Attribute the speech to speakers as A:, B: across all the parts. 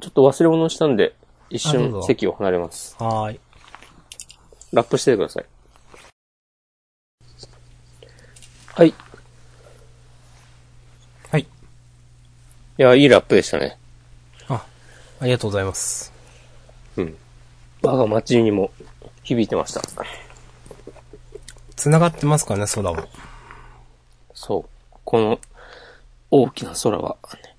A: ちょっと忘れ物したんで、一
B: あどう
A: 瞬
B: ぞ
A: 席を離れます。
B: はーい。
A: ラップしててください。はい。い
B: はい。
A: や、いいラップでしたね。
B: ありがとうございます。
A: 我が町にも響いてました。
B: 繋がってますかね、空も。
A: そう。この大きな空は、ね、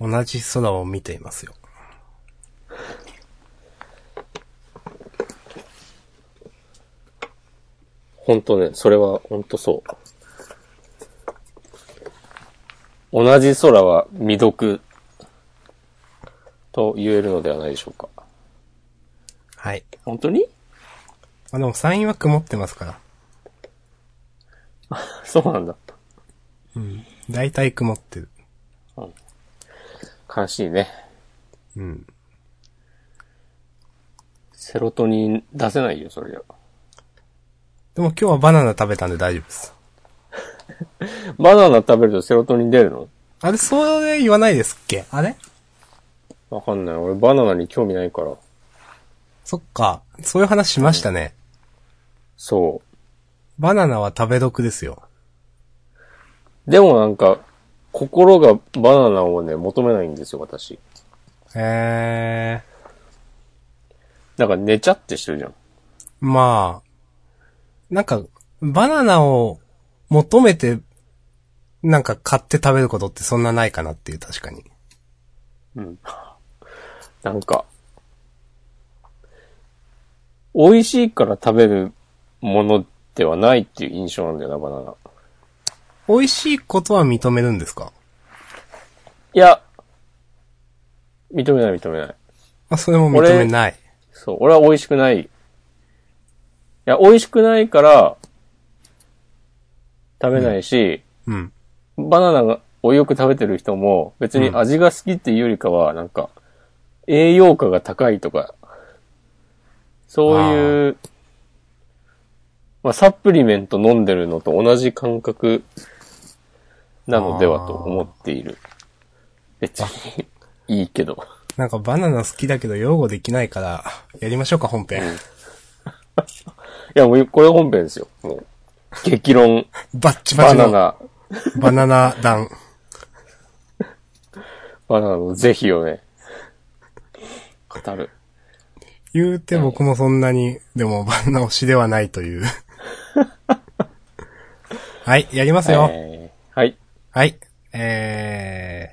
B: 同じ空を見ていますよ。
A: 本当ね、それは本当そう。同じ空は未読と言えるのではないでしょうか。
B: はい。
A: 本当に
B: あ、でも山陰は曇ってますから。
A: そうなんだ。
B: うん。大体曇ってる。
A: 悲しいね。
B: うん。
A: セロトニン出せないよ、それじゃ。
B: でも今日はバナナ食べたんで大丈夫です。
A: バナナ食べるとセロトニン出るの
B: あれ、それ言わないですっけあれ
A: わかんない。俺バナナに興味ないから。
B: そっか。そういう話しましたね。
A: そ
B: バナナは食べ毒ですよ。
A: う。でもなんか、心がバナナをね、求めないんですよ、私。
B: えー。
A: なんか寝ちゃってしてるじゃん。
B: まあ。なんか、バナナを求めて、なんか買って食べることってそんなないかなっていう、確かに。
A: うん。なんか、美味しいから食べるものではないっていう印象なんだよな、バナナ。
B: 美味しいことは認めるんですか
A: いや、認めない認めない。
B: あ、それも認めない。
A: そう、俺は美味しくない。いや、美味しくないから、食べないし、
B: うん。
A: バナナをよく食べてる人も、別に味が好きっていうよりかは、なんか、栄養価が高いとか、そういう、まあ、サプリメント飲んでるのと同じ感覚なのではと思っている。別に、いいけど。
B: なんかバナナ好きだけど擁護できないから、やりましょうか、本編。
A: いや、もう、これ本編ですよ。もう、激論。
B: バッチバ
A: バ
B: チ
A: ナ
B: の
A: ナ、
B: バナナ弾。
A: バナナの是非をね、語る。
B: 言うて僕もそんなに、でもバナナ推しではない という。はい、やりますよ。
A: えーはい。
B: はい。えー、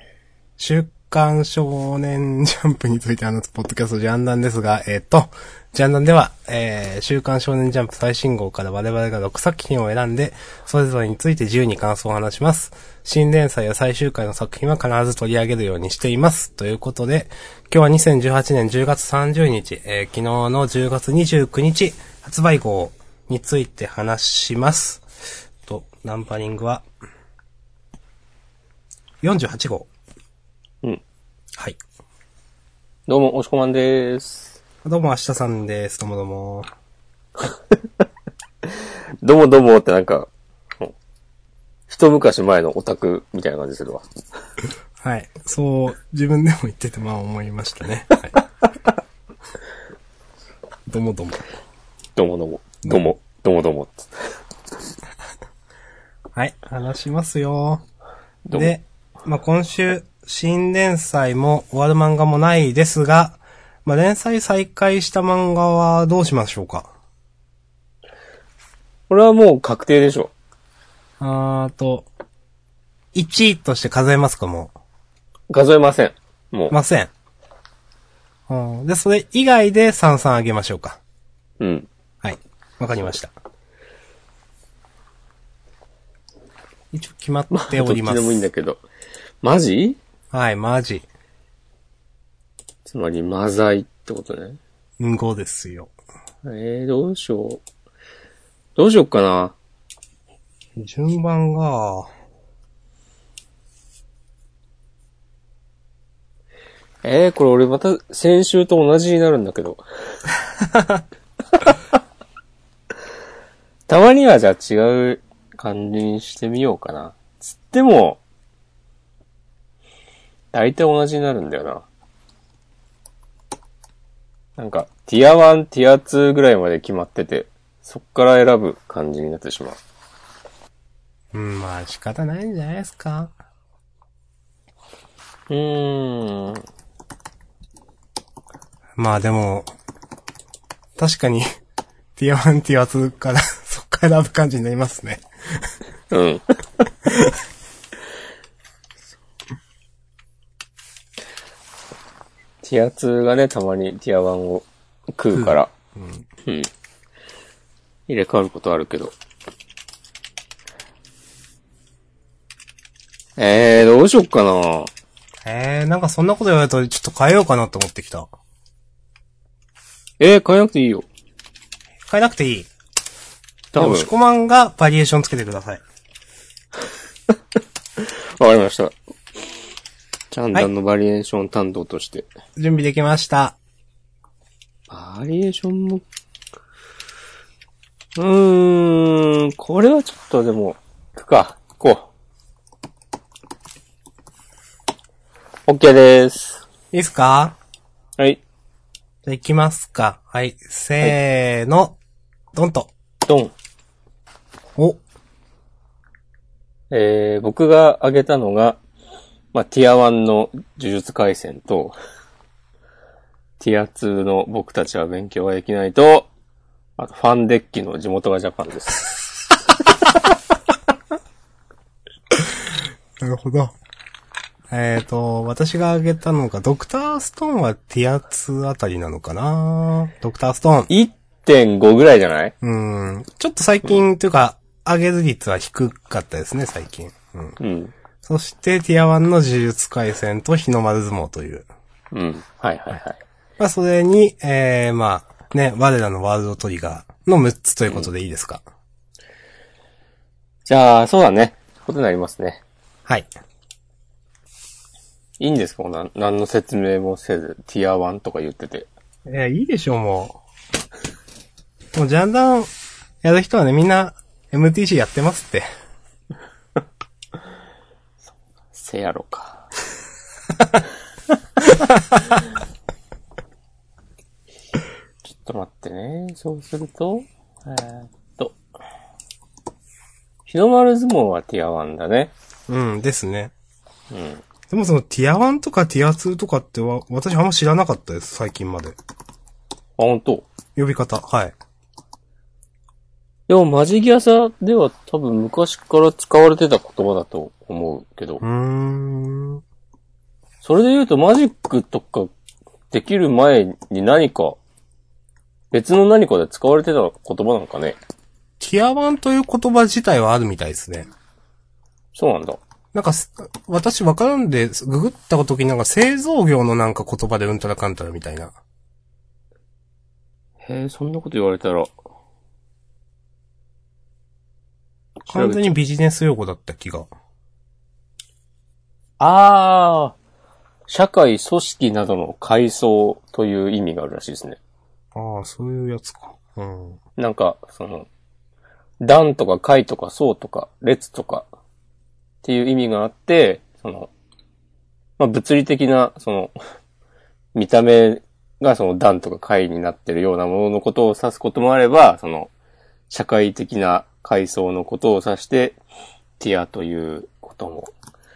B: 週刊少年ジャンプについて話すポッドキャストジャンダンですが、えっ、と、ジャンダンでは、えー、週刊少年ジャンプ最新号から我々が6作品を選んで、それぞれについて自由に感想を話します。新連載や最終回の作品は必ず取り上げるようにしています。ということで、今日は2018年10月30日、えー昨日の10月29日、発売号について話します。と、ナンバリングは、48号。
A: うん。
B: はい。
A: どうも、おしこまんです。
B: どうも、明日さんです。どうもどうも。
A: どうもどうもってなんか、もう一昔前のオタクみたいな感じするわ。
B: はい。そう、自分でも言ってて、まあ思いました ね。はい。どうもどうも。
A: どうもどうも、どうも、どうもどうも。
B: はい。話しますよ。
A: どうも
B: で、まあ今週、新連載も終わる漫画もないですが、まあ連載再開した漫画はどうしましょうか
A: これはもう確定でしょ。
B: あーと、1位として数えますか、もう。
A: 数えません。もう。
B: ません。うんで、それ以外で33あげましょうか。
A: うん。
B: はい。わかりました。一応決まって
A: ど
B: お
A: っ
B: り
A: ち
B: ま
A: で
B: す。
A: もいいんだけど。マジ
B: はい、マジ。
A: つまり、マザイってことね。
B: うんごですよ。
A: えー、どうしよう。どうしよっかな。
B: 順番が、
A: えー、これ俺また先週と同じになるんだけ ど。たまにはじゃあ違う感じにしてみようかな。つっても、大体同じになるんだよな。なんか、ティア1、ティア2ぐらいまで決まってて、そっから選ぶ感じになってしまう。
B: うん、まあ仕方ないんじゃないですか。
A: うーん。
B: まあでも、確かに、 ティア1、ティア2から、 そっから選ぶ感じになりますね。
A: うん。 ティア2がね、たまにティア1を食うから、うん。入れ替わることあるけど。えー、どうしよっかな
B: えー、なんかそんなこと言われると、ちょっと変えようかなと思ってきた。
A: えー、変えなくていいよ。
B: 変えなくていい。で
A: 多
B: も、
A: 分。
B: しこまんがバリエーションつけてください。
A: わかりました。チャンダンのバリエーション担当として。
B: 準備できました。
A: バリエーションも、うーん、これはちょっとでも、いくか、こう。OK です。
B: いいっすか
A: はい、
B: じゃあ行きますか。はい、せーの、ドンと。
A: ドン。
B: お、
A: えー、僕が挙げたのが、まあ、ティア1の呪術回戦と、ティア2の僕たちは勉強ができないと、あとファンデッキの地元がジャパン です。
B: なるほど。えっ、ー、と、私が挙げたのが、ドクターストーンはティア2あたりなのかなドクターストーン。
A: 1.5ぐらいじゃないう
B: ーん。ちょっと最近、というか、上げる率は低かったですね、最近。うん。
A: うん。
B: そして、ティア1の呪術回戦と日の丸相撲という。
A: うん。はいはいはい。
B: まあ、それに、えー、まあ、ね、我らのワールドトリガーの6つということでいいですか、
A: じゃあ、そうだね。ことになりますね。
B: はい。
A: いいんですかこんな何の説明もせず、ティア1とか言ってて。
B: えー、いいでしょう、もう。もう、ジャンダンやる人はね、みんな MTC やってますって。
A: せやろか。ちょっと待ってね。そうすると、えーっと。日の丸相撲はティア1だね。
B: うん、ですね。
A: うん。
B: でもその、ティア1とかティア2とかっては、私あんま知らなかったです、最近まで。
A: あ、ほんと。
B: 呼び方、はい。
A: でも、マジギアサでは多分昔から使われてた言葉だと思うけど
B: うー。ん。
A: それで言うとマジックとかできる前に何か、別の何かで使われてた言葉なのかね。
B: ティア1という言葉自体はあるみたいですね。
A: そうなんだ。
B: なんかす、私わからんで、ググった時になんか製造業のなんか言葉でうんたらかんたらみたいな。
A: へえ、そんなこと言われたら。
B: 完全にビジネス用語だった気が。
A: ああ、社会、組織などの階層という意味があるらしいですね。
B: ああ、そういうやつか。うん。
A: なんか、その、段とか階とか層とか列とかっていう意味があって、その、まあ、物理的な、その、 見た目がその段とか階になってるようなもののことを指すこともあれば、その、社会的な階層のことを指して、ティアということも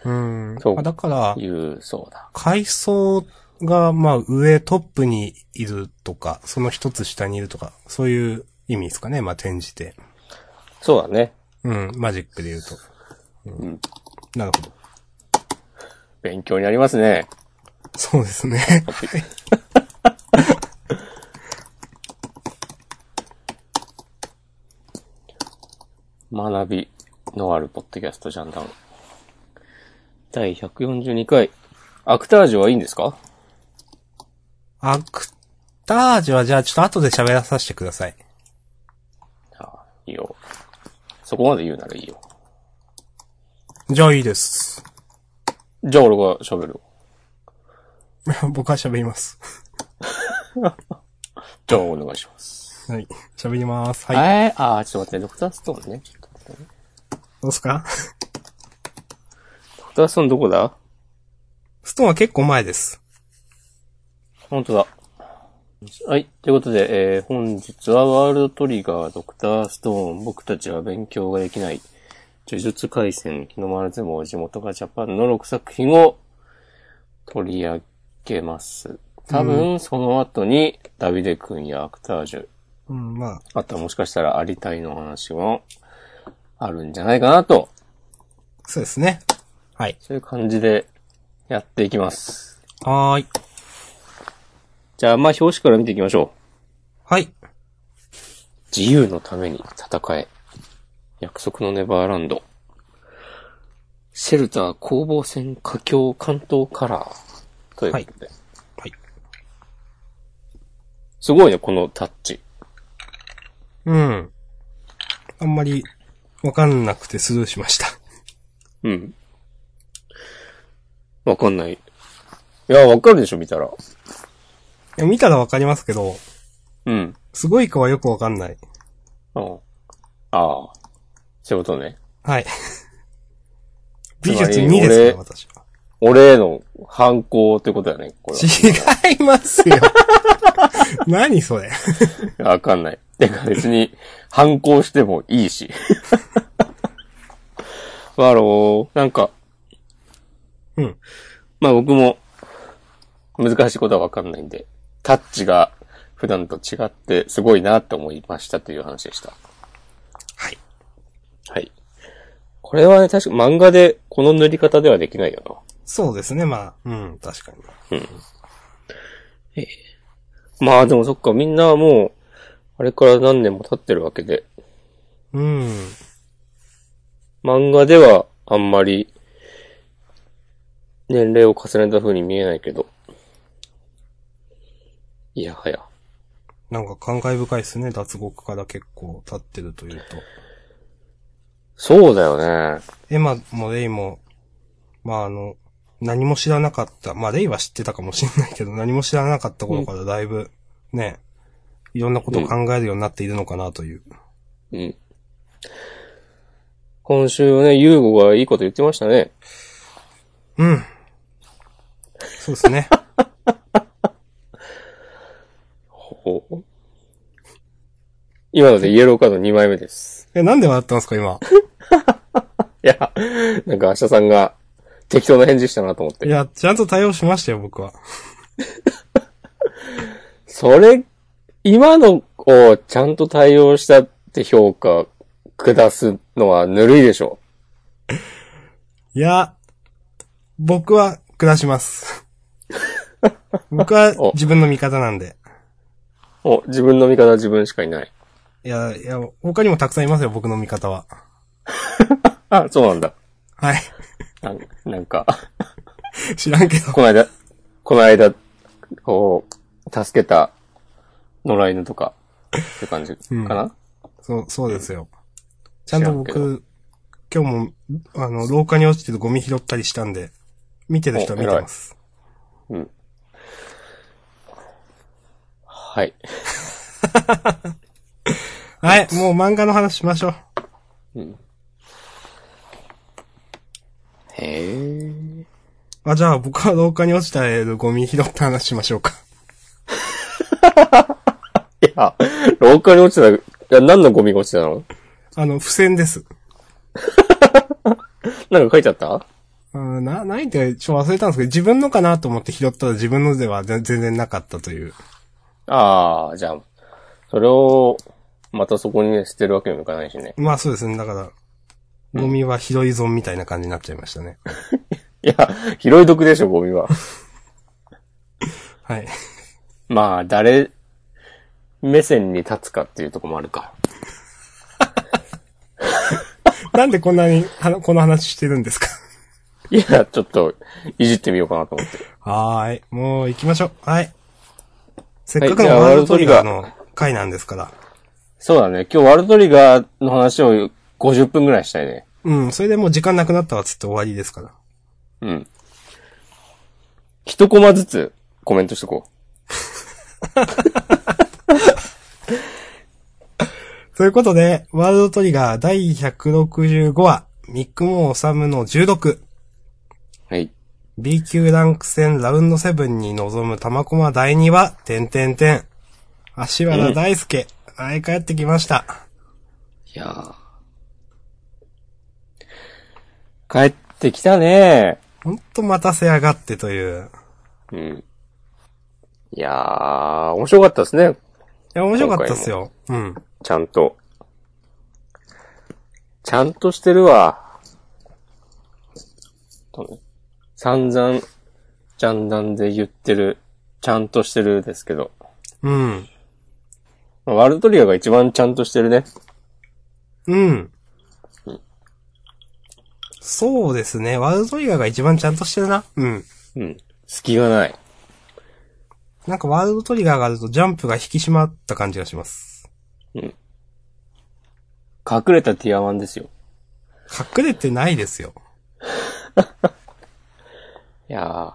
B: うん。
A: そう
B: あだから、
A: 言うそうだ。
B: 階層が、まあ、上トップにいるとか、その一つ下にいるとか、そういう意味ですかね。まあ、転じて。
A: そうだね。
B: うん、マジックで言うと。うんなるほど。
A: 勉強になりますね。
B: そうです ね。
A: 学びのあるポッドキャストジャンダン。第142回。アクタージュはいいんですか
B: アクタージュは、じゃあ、ちょっと後で喋らさせてください。
A: ああいいよ。そこまで言うならいいよ。
B: じゃあ、いいです。
A: じゃあ俺が喋る。
B: 僕は喋ります。
A: じゃあお願いします。
B: はい。喋ります。はい。
A: はい、えー、あー、ちょっと待って、ドクターストーンね。ちょっと待ってね
B: どうっすか
A: ドクターストーンどこだ
B: ストーンは結構前です。
A: 本当だ。はい。ということで、えー本日はワールドトリガー、ドクターストーン、僕たちは勉強ができない、呪術廻戦、日の丸相撲、地元がジャパンの6作品を取り上げます。多分、その後に、ダビデ君やアクタージュ、
B: うん、まあ、
A: あとはもしかしたら有田井の話もあるんじゃないかなと、
B: そうですね。はい。
A: そういう感じでやっていきます。
B: はーい。
A: じゃあ、まあ、表紙から見ていきましょう。
B: はい。
A: 自由のために戦え。約束のネバーランド。シェルター攻防戦佳境関東カラー。ということで。
B: はい。
A: すごいね、このタッチ。
B: うん。あんまり、わかんなくてスルーしました。
A: うん。わかんない。いや、わかるでしょ、見たら。
B: いや、見たらわかりますけど、
A: うん。
B: すごいかはよくわかんない。
A: うん。ああ。そういうことね。
B: はい。
A: つまり
B: 美術2ですから、私は。
A: 俺への反抗ってことだね、これは。
B: 違いますよ。 何それ。
A: いやわかんない。てか別に、反抗してもいいし。 まああの、なんか、
B: うん。
A: まあ僕も、難しいことはわかんないんで、タッチが普段と違ってすごいなって思いましたという話でした。
B: はい。
A: はい。これはね、確か漫画でこの塗り方ではできないよな。
B: そうですね、まあ。うん、確かに。
A: まあでもそっか、みんなはもう、あれから何年も経ってるわけで、
B: うん。
A: 漫画ではあんまり年齢を重ねた風に見えないけど。いやはや。
B: なんか感慨深いですね、脱獄から結構経ってるというと。
A: そうだよね。
B: エマもレイも、まああの、何も知らなかった。まあレイは知ってたかもしれないけど、何も知らなかった頃からだいぶ、ね、いろんなことを考えるようになっているのかなという。
A: うん。今週はね、ユーゴがいいこと言ってましたね。
B: うん。そうですね。
A: ほう。今のでイエローカード2枚目です。
B: え、なんで笑ったんですか、今。
A: いや、なんか明日さんが適当な返事したなと思っ
B: い
A: て。
B: や、ちゃんと対応しましたよ、僕は。
A: それ、今のをちゃんと対応したって評価下すのはぬるいでしょ。
B: いや、僕は下し ます。僕は
A: お
B: 自分の味方なんで。
A: お、自分の味方は自分しかいない。
B: いや、いや、他にもたくさんいますよ、僕の味方は。
A: あ、そうなんだ。
B: はい。
A: なんなんか、
B: 知らんけど。
A: この間、この間、こう、助けた野良犬とか、って感じか
B: うん
A: な、
B: そう、そうですよ。ちゃんと
A: 知らん
B: 僕、今日も、あの、廊下に落ちてるゴミ拾ったりしたんで、見てる人は見てます。
A: うん、はい。
B: はい、もう漫画の話しましょう。
A: へえ。
B: あ、じゃあ僕は廊下に落ちてるゴミ拾った話しましょうか。
A: いや、廊下に落ちてた、いや、何のゴミが落ちてたの
B: あの、付箋です。
A: なんか書いちゃった
B: うん、な、ないって、ちょっと忘れたんですけど、自分のかなと思って拾ったら自分のでは全全然なかったという。
A: ああ、じゃあ、それを、またそこにね、捨てるわけにもいかないしね。
B: まあそうですね、だから、ゴミは拾い損みたいな感じになっちゃいましたね。
A: いや、拾い得でしょ、ゴミは。
B: はい。
A: まあ、誰、目線に立つかっていうとこもあるか。
B: なんでこんなに、はなこの話してるんですか
A: いや、ちょっと、いじってみようかなと思って。
B: はーい。もう行きましょう。はい。せっかく
A: じゃ
B: の
A: あ
B: ワールドトリガーの回なんですから。
A: そうだね。今日ワールドトリガーの話を50分ぐらいしたいね。
B: うん、それでもう時間なくなったわっつって終わりですから。
A: うん。一コマずつコメントしとこ
B: ということで、ワールドトリガー第165話、ミックモーサムの16。
A: う。はい。
B: B 級ランク戦ラウンド7に臨む玉駒第2話、点点点。足原大輔、あい帰ってきました。
A: いやー帰ってきたね
B: ほんと待たせやがってという。
A: うん。いやー、面白かったですね。
B: いや、面白かったっすよ。うん。
A: ちゃんと。ちゃんとしてるわ。とね散々、ジャンダンで言ってる、ちゃんとしてるですけど。
B: うん。
A: まあワルトリアが一番ちゃんとしてるね。
B: うん。そうですね。ワールドトリガーが一番ちゃんとしてるな。うん。
A: うん。隙がない。
B: なんかワールドトリガーがあるとジャンプが引き締まった感じがします。
A: 隠れたティアワンですよ。
B: 隠れてないですよ。
A: いやー。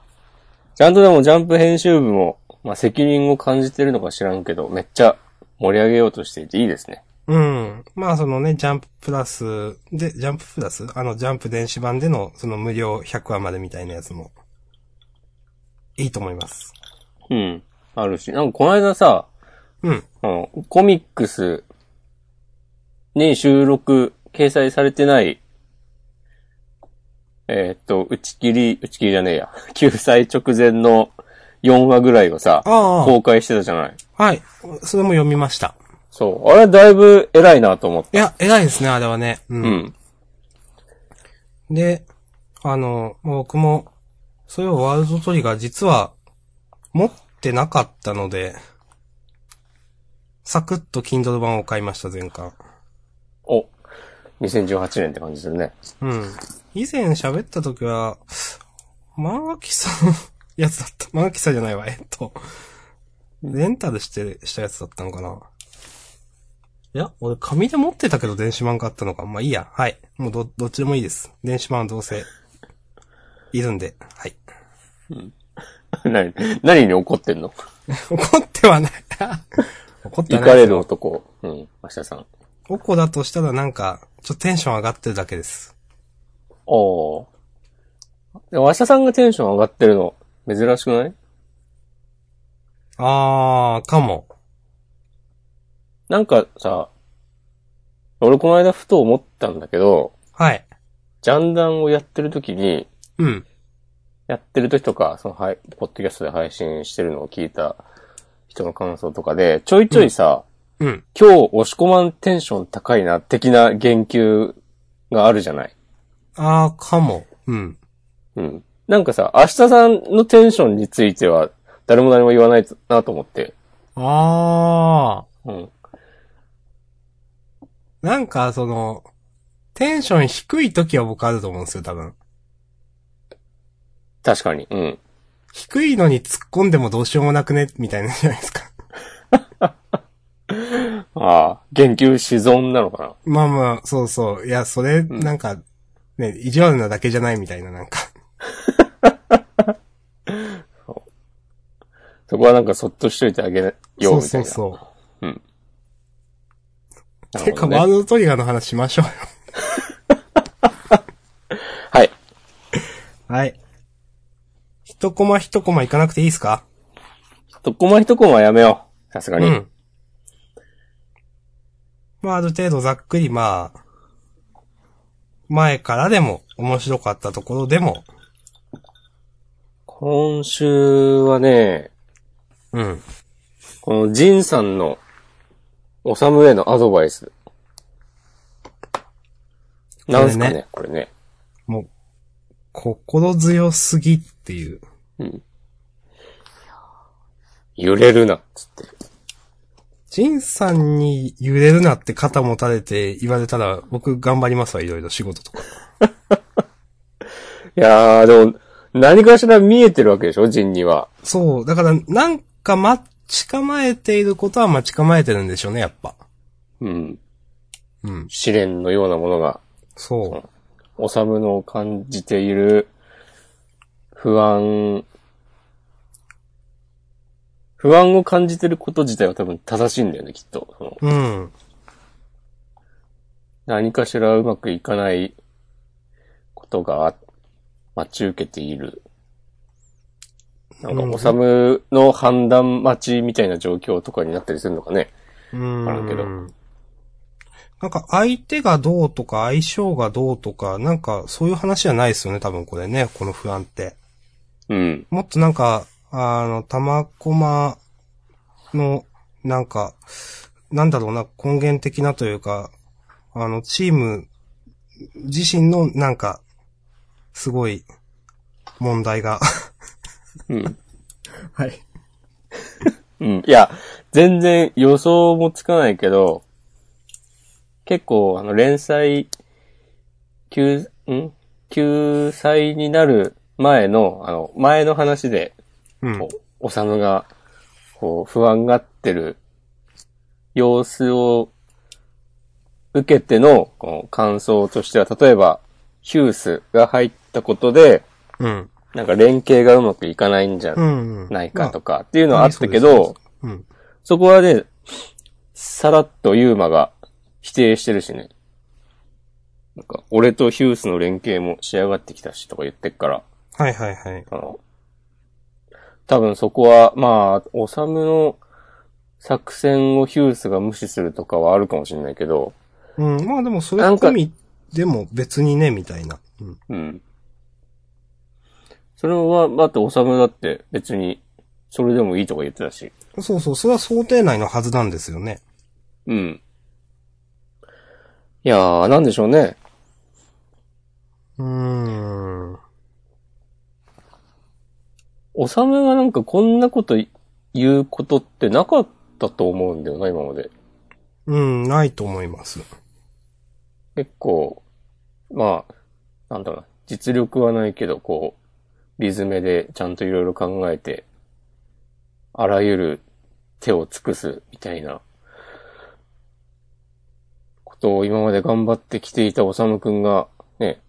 A: ちゃんとでもジャンプ編集部も、まあ、責任を感じてるのか知らんけど、めっちゃ盛り上げようとしていていいですね。
B: うん。まあそのね、ジャンププラスで、ジャンププラスあの、ジャンプ電子版でのその無料100話までみたいなやつも、いいと思います。
A: うん。あるし。なんかこの間さ、
B: うん。
A: あの、コミックスに収録、掲載されてない、えーっと、打ち切り、打ち切りじゃねえや。 救済直前の4話ぐらいをさ、
B: あ
A: 公開してたじゃない。
B: あ、はい。それも読みました。
A: そう。あれだいぶ偉いなと思って。
B: いや、偉いですね、あれはね。うん
A: うん。
B: で、あの、僕も、それをワールドトリガー実は、持ってなかったので、サクッと Kindle 版を買いました、前巻。
A: お、2018年って感じするね。
B: うん。以前喋った時は、漫画喫茶の やつだった。漫画喫茶じゃないわ、えっと、レンタルして、したやつだったのかな。いや、俺紙で持ってたけど電子版買ったのか。まあいいや。はい。もうど、どっちでもいいです。電子版はどうせ、いるんで。はい。
A: 何、何に怒ってんの
B: 怒っ てはない。怒って
A: イ
B: はな
A: カ
B: い。
A: れる男。うん。明日さん。
B: おこだとしたらなんか、ちょっとテンション上がってるだけです。
A: おー。でも明日さんがテンション上がってるの、珍しくない
B: あー、かも。
A: なんかさ、俺この間ふと思ったんだけど、
B: はい。
A: ジャンダンをやってる時に、
B: うん。
A: やってる時とか、その、はい、ポッドキャストで配信してるのを聞いた人の感想とかで、ちょいちょいさ、
B: うん。
A: 今日押し込まんテンション高いな、的な言及があるじゃない。
B: あー、かも。うん。
A: うん。なんかさ、明日さんのテンションについては、誰も何も言わないなと思って。
B: あ
A: うん。
B: ー。なんか、その、テンション低い時は僕あると思うんですよ、多分。
A: 確かに。うん。
B: 低いのに突っ込んでもどうしようもなくね、みたいなじゃないですか。
A: ああ、言及し損なのかな。
B: まあまあ、そうそう。いや、それ、
A: ん
B: なんか、ね、意地悪なだけじゃないみたいな、なんか。
A: そこはなんかそっとしといてあげようみたい
B: そ
A: な。
B: うそうそう。
A: な
B: て
A: る
B: か、
A: ほどね
B: ワールドトリガーの話しましょうよ。
A: はい。
B: はい。一コマ一コマ行かなくていいですか
A: 一コマ一コマやめよう。さすがに。。
B: まあ、ある程度ざっくり、まあ、前からでも、面白かったところでも、
A: 今週はね、
B: うん。
A: このジンさんの、おさむへのアドバイス。なんすかね、これね。
B: もう、心強すぎっていう。
A: 揺れるな、つって。
B: ジンさんに揺れるなって肩持たれて言われたら、僕頑張りますわ、いろいろ仕事とか。
A: いやー、でも、何かしら見えてるわけでしょ、ジンには。
B: そう、だから、なんか待ち構えていることは待ち構えてるんでしょうね、やっぱ。
A: うん。
B: うん。
A: 試練のようなものが、
B: そう。
A: おさむの感じている、不安、不安を感じてること自体は多分正しいんだよね、きっと。その
B: うん。
A: 何かしらうまくいかないことが待ち受けている。なんか、おさむの判断待ちみたいな状況とかになったりするのかね。
B: うん。
A: わからんけど
B: なんか相手がどうとか相性がどうとか、なんかそういう話じゃないですよね、多分これね、この不安って。
A: うん。
B: もっとなんか、あの、玉駒の、なんか、なんだろうな、根源的なというか、あの、チーム自身のなんか、すごい、問題が。
A: うん。
B: はい。
A: うん。いや、全然予想もつかないけど、結構、あの、連載、救、ん救済になる前の、あの、前の話で、
B: うん
A: こ。うおさむが、こう、不安がってる様子を受けての、この感想としては、例えば、ヒュースが入ったことで、
B: うん。
A: なんか連携がうまくいかないんじゃ
B: うんうん。
A: ないかとかっていうのはあったけど、
B: まあ。うん。
A: そこはね、さらっとユーマが否定してるしね。なんか、俺とヒュースの連携も仕上がってきたしとか言ってっから、
B: はいはいはい。
A: あの、多分そこは、まあ、オサムの作戦をヒュースが無視するとかはあるかもしれないけど、
B: うん。まあでもそれ
A: なんか
B: 込みでも別にね、みたいな。うん。
A: うん。それは、だってオサムだって別に、それでもいいとか言ってたし。
B: そうそう、それは想定内のはずなんですよね。
A: うん。いやー、なんでしょうね。
B: うーん。
A: おさむがなんかこんなこと言うことってなかったと思うんだよな、今まで。
B: うん、ないと思います。
A: 結構、まあ、なんだろうな、実力はないけど、こう、リズメでちゃんといろいろ考えて、あらゆる手を尽くすみたいな、ことを今まで頑張ってきていたおさむくんが、ね、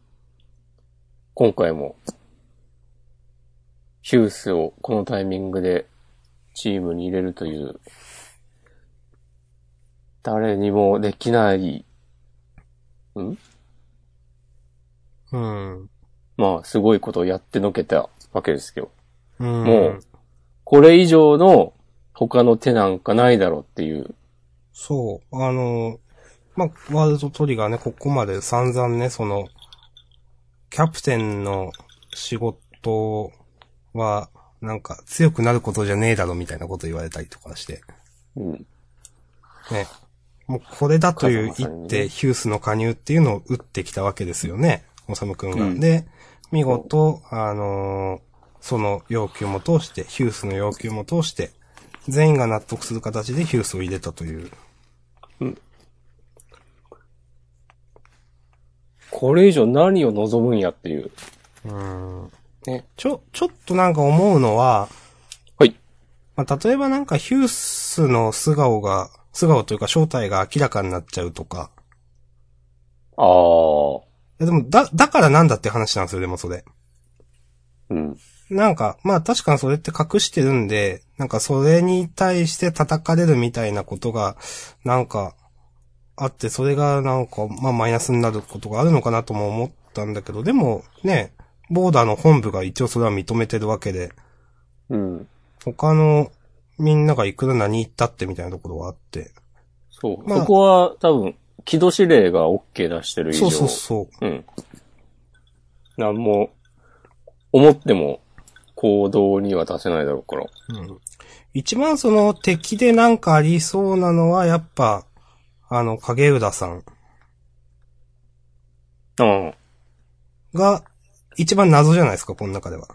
A: 今回も、ヒュースをこのタイミングでチームに入れるという、誰にもできない
B: うん。
A: まあ、すごいことをやってのけたわけですけど。
B: うん。
A: もうこれ以上の他の手なんかないだろうっていう。
B: そう。あの、まあ、ワールドトリガーね、ここまで散々ね、その、キャプテンの仕事は、なんか、強くなることじゃねえだろ、みたいなこと言われたりとかして。
A: うん。
B: ね。もう、これだという
A: 風間さん
B: 一
A: に
B: 手、
A: ね
B: ヒュースの加入っていうのを打ってきたわけですよね。おさむくんが。
A: うん
B: で、見事、あのーその要求も通して、ヒュースの要求も通して、全員が納得する形でヒュースを入れたという。
A: これ以上何を望むんやっていう。
B: うん
A: ね。
B: ちょ、ちょっとなんか思うのは、
A: はい。
B: まあ、例えばなんかヒュースの素顔が、素顔というか正体が明らかになっちゃうとか。
A: ああ。
B: いやでも、だ、だからなんだって話なんですよ、でもそれ。
A: うん。
B: なんか、まあ確かにそれって隠してるんで、なんかそれに対して叩かれるみたいなことが、なんか、あって、それがなんか、まあマイナスになることがあるのかなとも思ったんだけど、でも、ね、ボーダーの本部が一応それは認めてるわけで、
A: うん。
B: 他のみんながいくら何言ったってみたいなところはあって。
A: そう。
B: まあ
A: そこは多分、木戸指令が OK 出してる以上。。
B: そうそうそう
A: うん。なんも、思っても行動には出せないだろうから。
B: う。うん、一番その敵でなんかありそうなのはやっぱ、あの、影浦さん
A: うん。
B: が一番謎じゃないですか、この中では。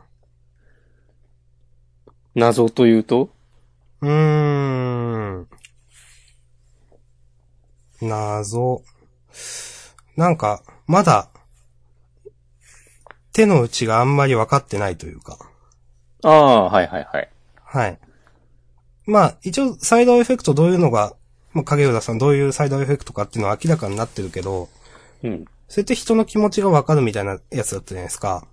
A: 謎というと
B: うーん。謎。なんか、まだ、手の内があんまり分かってないというか。
A: ああ、はいはいはい。
B: はい。まあ、一応、サイドエフェクトどういうのが、まあ、影浦さんどういうサイドエフェクトかっていうのは明らかになってるけど、
A: うん。
B: それって人の気持ちがわかるみたいなやつだったじゃないですか。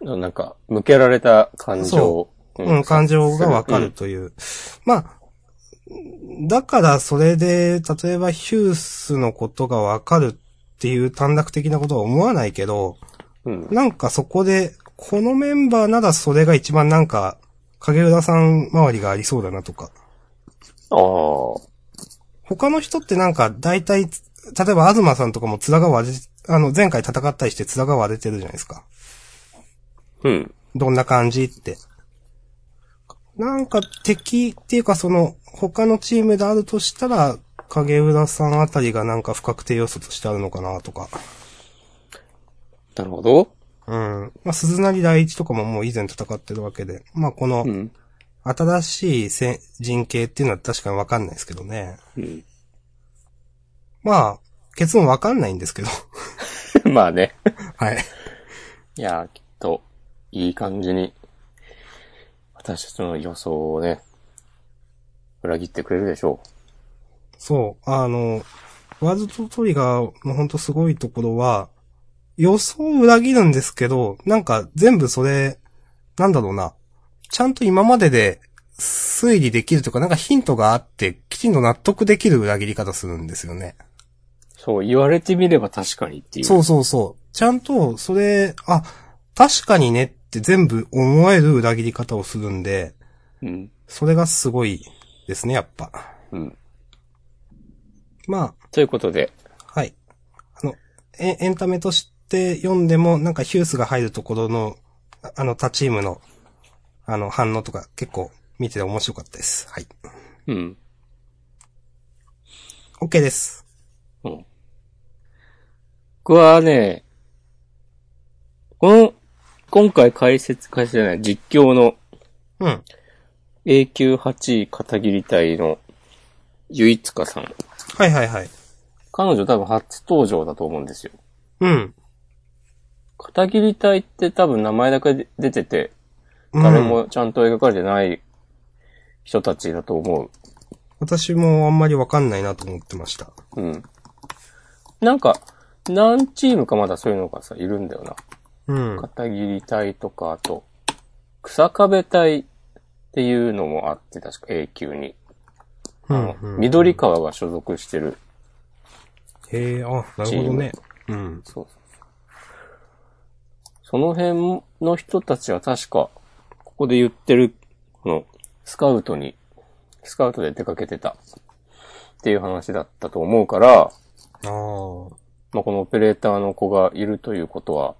A: なんか、向けられた感情
B: そ。うん、感情がわかる。という。まあ、だからそれで、例えばヒュースのことがわかるっていう短絡的なことは思わないけど、
A: うん。
B: なんかそこで、このメンバーならそれが一番なんか、影浦さん周りがありそうだなとか。
A: ああ。
B: 他の人ってなんか、大体、例えば、東さんとかも面が割れ、あの、前回戦ったりして面が割れてるじゃないですか。
A: うん。
B: どんな感じって。なんか、敵っていうか、その、他のチームであるとしたら、影浦さんあたりがなんか不確定要素としてあるのかなとか。
A: なるほど。
B: うん。まあ、鈴なり第一とかももう以前戦ってるわけで。まあ、この
A: う、ん。
B: 新しい先人形っていうのは確かにわかんないですけどね。
A: うん。
B: まあ、結論わかんないんですけど。
A: まあね。
B: はい。
A: いやー、きっと、いい感じに、私たちの予想をね、裏切ってくれるでしょ
B: そう、あの、ワールドトリガーのほんとすごいところは、予想を裏切るんですけど、なんか全部それ、なんだろうな。ちゃんと今までで推理できるというか、なんかヒントがあって、きちんと納得できる裏切り方するんですよね。
A: う。そう、言われてみれば確かにっていう。
B: そうそうそう。ちゃんと、それ、あ、確かにねって全部思える裏切り方をするんで、
A: うん。
B: それがすごいですね、やっぱ。
A: うん。
B: まあ、
A: ということで、
B: はい。あの、エエンタメとして読んでも、なんかヒュースが入るところの、ああの、他チームの、あの、反応とか結構見てて面白かったです。はい。
A: うん。
B: OK です。
A: うん。僕はね、この、今回解説、解説じゃない、実況の
B: うん。
A: A 級8位片切り隊のゆいつかさん。
B: はいはいはい。
A: 彼女多分初登場だと思うんですよ。
B: うん。
A: 片切り隊って多分名前だけで出てて、
B: うん
A: 誰もちゃんと描かれてない人たちだと思
B: 私もあんまりわかんないなと思ってました。
A: う。うん。なんか、何チームかまだそういうのがさ、いるんだよな。
B: うん。はい
A: 片切り隊とか、あと、草壁隊っていうのもあって、確か A 級に。
B: うん
A: あの
B: うん
A: 緑川が所属してる。
B: へえ、あ、なるほどね。うん。
A: そうそうそうその辺の人たちは確か、ここで言ってる、この、スカウトに、スカウトで出かけてたっていう話だったと思うから、
B: ああ。
A: まあ、このオペレーターの子がいるということは、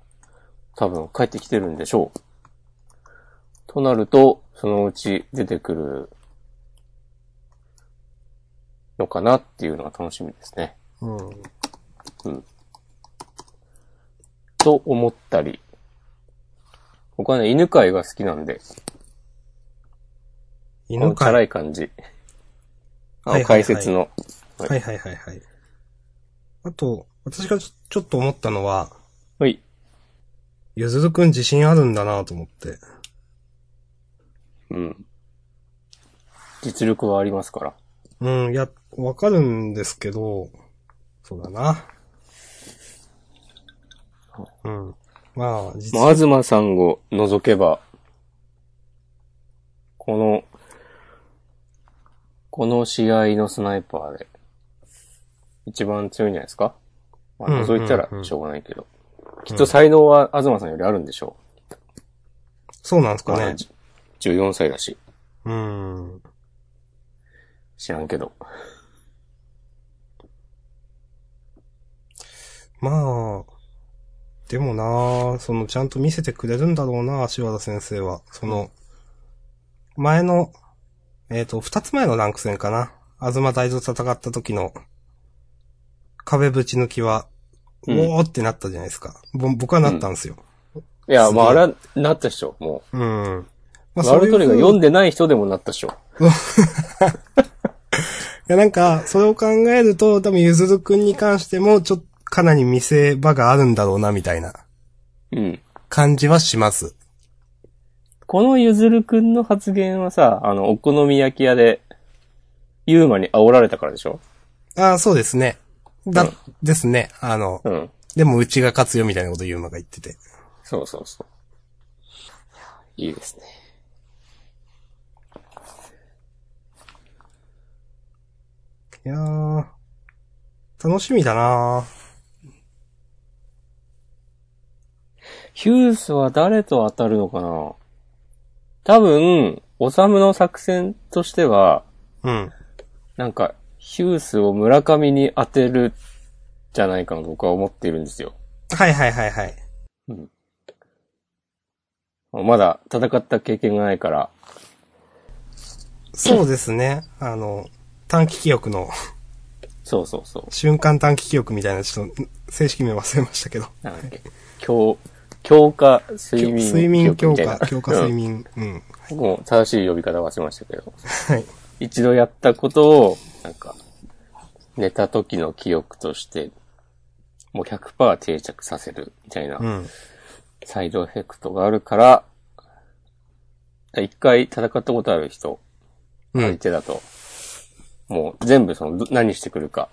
A: 多分帰ってきてるんでしょう。となると、そのうち出てくるのかなっていうのが楽しみですね。
B: うん。
A: うん。と思ったり。僕はね、犬飼いが好きなんで、この
B: 犬
A: チャラ
B: 飼い。
A: い感じ。
B: はいはいは
A: 解
B: い
A: 説の。
B: はいはいはいはい。あと、私がちょちょっと思ったのは、
A: はい。
B: ゆずるくん自信あるんだなと思って。
A: うん。実力はありますから。
B: うん、いや、わかるんですけど、そうだな。うん。まあ、実
A: まあ、東さんを除けば、この、この試合のスナイパーで、一番強いんじゃないですかまあ、
B: うん
A: 除いたら
B: うんうん
A: しょうがないけど。きっと才能は東さんよりあるんでしょ
B: そうなんです
A: う。
B: か
A: まあ
B: ね。
A: じ14歳だし、
B: うん。
A: 知らんけど。
B: まあ、でもなその、ちゃんと見せてくれるんだろうな足原先生は。その、前の、えっ、と、二つ前のランク戦かな。東大と戦った時の、壁ぶち抜きは、
A: うん
B: おーってなったじゃないですか。ぼ僕はなったんですよ。
A: いや、
B: すげえ
A: まあ、あれは、なったっしょ、も
B: うん。
A: う。
B: ま
A: ワールドトリが
B: い
A: 読んでない人でもなったっしょ。
B: や、なんか、それを考えると、多分、ゆずるくんに関しても、ちょっと、かなり見せ場があるんだろうな、みたいな
A: うん。
B: 感じはします。
A: このゆずるくんの発言はさ、あの、お好み焼き屋で、ユーマに煽られたからでしょ
B: ああ、そうですね。だ、
A: うん
B: ですね。あの、
A: うん。で
B: でも、うちが勝つよ、みたいなこと、ゆうまが言ってて。
A: そうそうそう。いいですね。
B: いやー、楽しみだなー
A: いヒュースは誰と当たるのかな多分、オサムの作戦としては、
B: うん。
A: なんか、ヒュースを村上に当てる、じゃないかなと僕は思っているんですよ。
B: はいはいはいはい。
A: まだ戦った経験がないから。
B: そうですね。あの、短期記憶の、
A: そうそうそう。
B: 瞬間短期記憶みたいな、ちょっと、正式名忘れましたけど。
A: なんだっけ。強、強化 睡眠
B: 睡眠強
A: みたい
B: 化
A: な、
B: 強化睡。眠。うん。
A: うん僕も正しい呼び方忘れましたけど。
B: はい。
A: 一度やったことを、なんか、寝た時の記憶として、もう100%定着させるみたいな
B: うん。
A: サイドエフェクトがあるから、一回戦ったことある人、
B: う
A: 相
B: ん。
A: 手だと、もう全部その、ど何してくるか、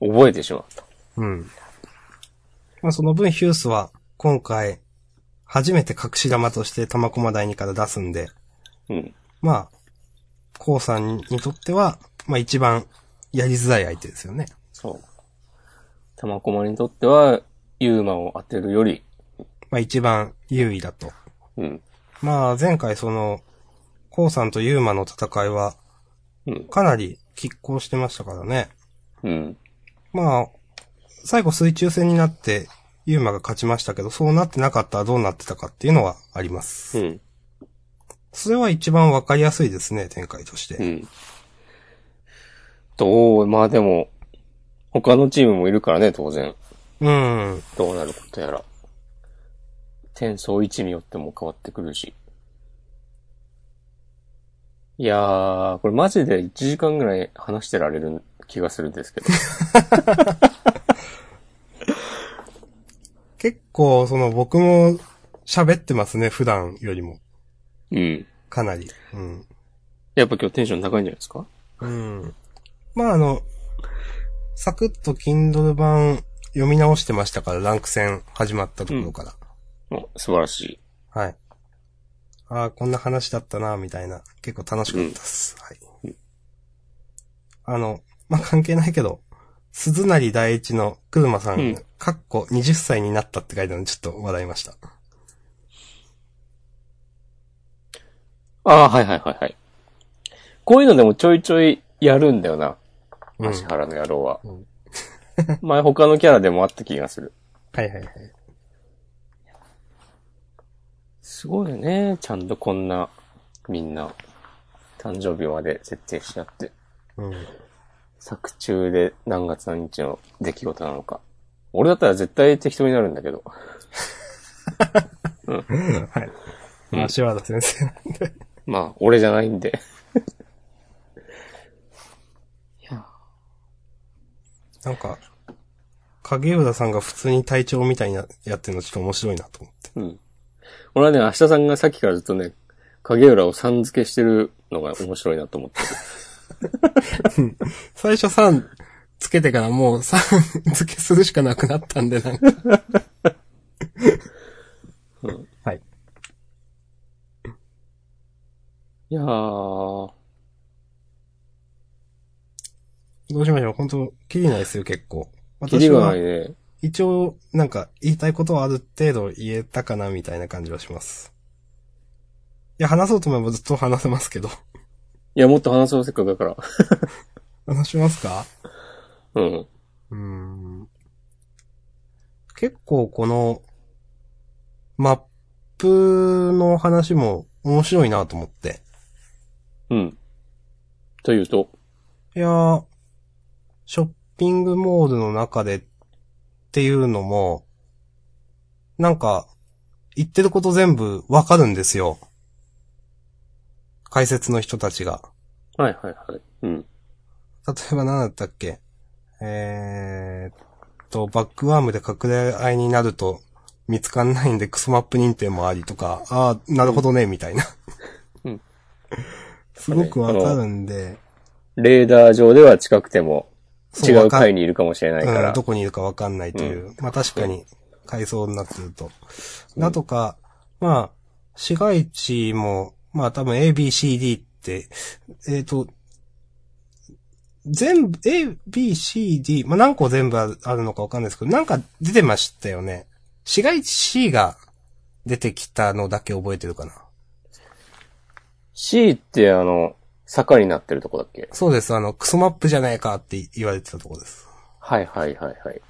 A: 覚えてしまうと。
B: うん。まあ、その分ヒュースは、今回、初めて隠し玉として玉駒第2から出すんで、
A: うん。
B: まあ、コウさんにとっては、まあ一番やりづらい相手ですよね。
A: そう。玉駒にとっては、ユーマを当てるより、
B: まあ一番優位だと。
A: うん。
B: まあ前回その、コウさんとユーマの戦いは、
A: うん。
B: かなり拮抗してましたからね。
A: うん。
B: まあ、最後水中戦になって、ユーマが勝ちましたけど、そうなってなかったらどうなってたかっていうのはあります。
A: うん。
B: それは一番わかりやすいですね、展開とし
A: う
B: て。
A: ん。どう、まあでも、他のチームもいるからね、当然。
B: うん。
A: どうなることやら。点相位置によっても変わってくるし。いやー、これマジで1時間ぐらい話してられる気がするんですけど。
B: 結構、その僕も喋ってますね、普段よりも。
A: うん。
B: かなり。うん。
A: やっぱ今日テンション高いんじゃないですか
B: うん。まあ、あの、サクッと Kindle 版読み直してましたから、ランク戦始まったところから。
A: お素晴らしい。
B: はい。ああ、こんな話だったな、みたいな。結構楽しかったっす。はい。あの、まあ、関係ないけど、鈴なり第一の車さん、
A: うん
B: かっこ20歳になったって書いてあるので、ちょっと笑いました。
A: ああ、はいはいはいはい。こういうのでもちょいちょいやるんだよな。
B: うん。
A: 芦原の野郎は。
B: うん
A: 前他のキャラでもあった気がする。
B: はいはいはい。
A: すごいよね。ちゃんとこんな、みんな、誕生日まで設定しちゃって、
B: うん。
A: 作中で何月何日の出来事なのか。俺だったら絶対適当になるんだけど。
B: はい。まあ、柴田先生なんで。
A: まあ、俺じゃないんで。いや、
B: なんか、影浦さんが普通に隊長みたいになやってるのちょっと面白いなと思って。
A: うん。俺はね、明日さんがさっきからずっとね、影浦をさん付けしてるのが面白いなと思ってる。
B: 最初3つけてからもう3 付けするしかなくなったんで、なんか。はい。
A: いやー、
B: どうしましょう本当キリないですよ、結構。
A: キ
B: 私
A: リがな、
B: はい
A: ね。
B: 一応、なんか、言いたいことはある程度言えたかな、みたいな感じはします。いや、話そうと思えばずっと話せますけど。
A: いや、もっと話そう、せっかくだ から。
B: 話しますか
A: うん。
B: うーん結構この、マップの話も面白いなと思って。
A: うん。というと、
B: いやー、ショッピングモールの中でっていうのも、なんか、言ってること全部わかるんですよ。解説の人たちが。
A: はいはいはい。うん。
B: 例えば何だったっけえー、っと、バックアームで隠れ合いになると見つかんないんでクソマップ認定もありとか、ああ、なるほどね、みたいな。
A: うん。
B: すごくわかるんで、
A: レーダー上では近くても、
B: そ
A: 違
B: わ
A: う
B: かん
A: 階にいるかもしれないか
B: う
A: ら
B: ん、。どこにいるかわかんないという。まあ確かに、階層になってると。だとか、まあ、市街地も、まあ多分 A, B, C, D って、えっ、と、全部、A, B, C, D、まあ何個全部あるあるのかわかんないですけど、なんか出てましたよね。市街地 C が出てきたのだけ覚えてるかな。
A: C ってあの、坂になってるとこだっけ
B: そうです。あの、クソマップじゃないかって言われてたところです。
A: はいはいはいはい。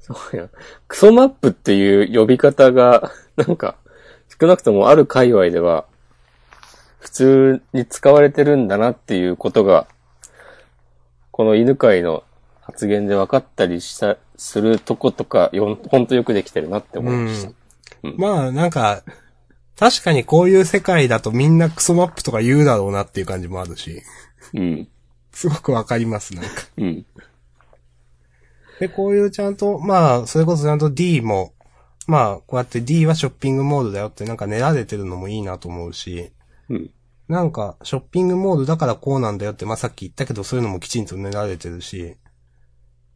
A: そうや。クソマップっていう呼び方が、 なんか、少なくともある界隈では、普通に使われてるんだなっていうことが、この犬飼の発言で分かったりした、するとことか、よほんとよくできてるなって思いました。
B: まあ、なんか、確かにこういう世界だとみんなクソマップとか言うだろうなっていう感じもあるし、
A: うん。
B: すごくわかります、なんか。
A: うん。
B: で、こういうちゃんと、まあ、それこそちゃんと D も、まあ、こうやって D はショッピングモードだよってなんか練られてるのもいいなと思うし、
A: うん。
B: なんか、ショッピングモードだからこうなんだよって、まあさっき言ったけど、そういうのもきちんと練られてるし、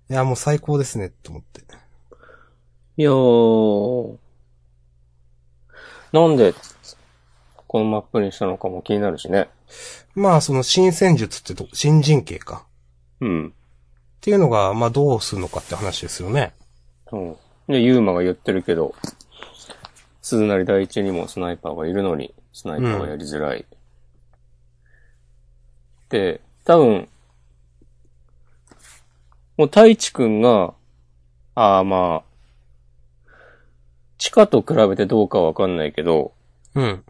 B: いや、もう最高ですね、と思って。
A: いやー。なんで、このマップにしたのかも気になるしね。
B: まあ、その新戦術ってと、新人形か。
A: うん。
B: っていうのが、まあどうするのかって話ですよね。
A: うん。で、ユーマが言ってるけど、鈴なり第一にもスナイパーがいるのに、スナイパーがやりづらい。で、多分、もう太一くんが、ああまあ、地下と比べてどうかわかんないけど、
B: うん。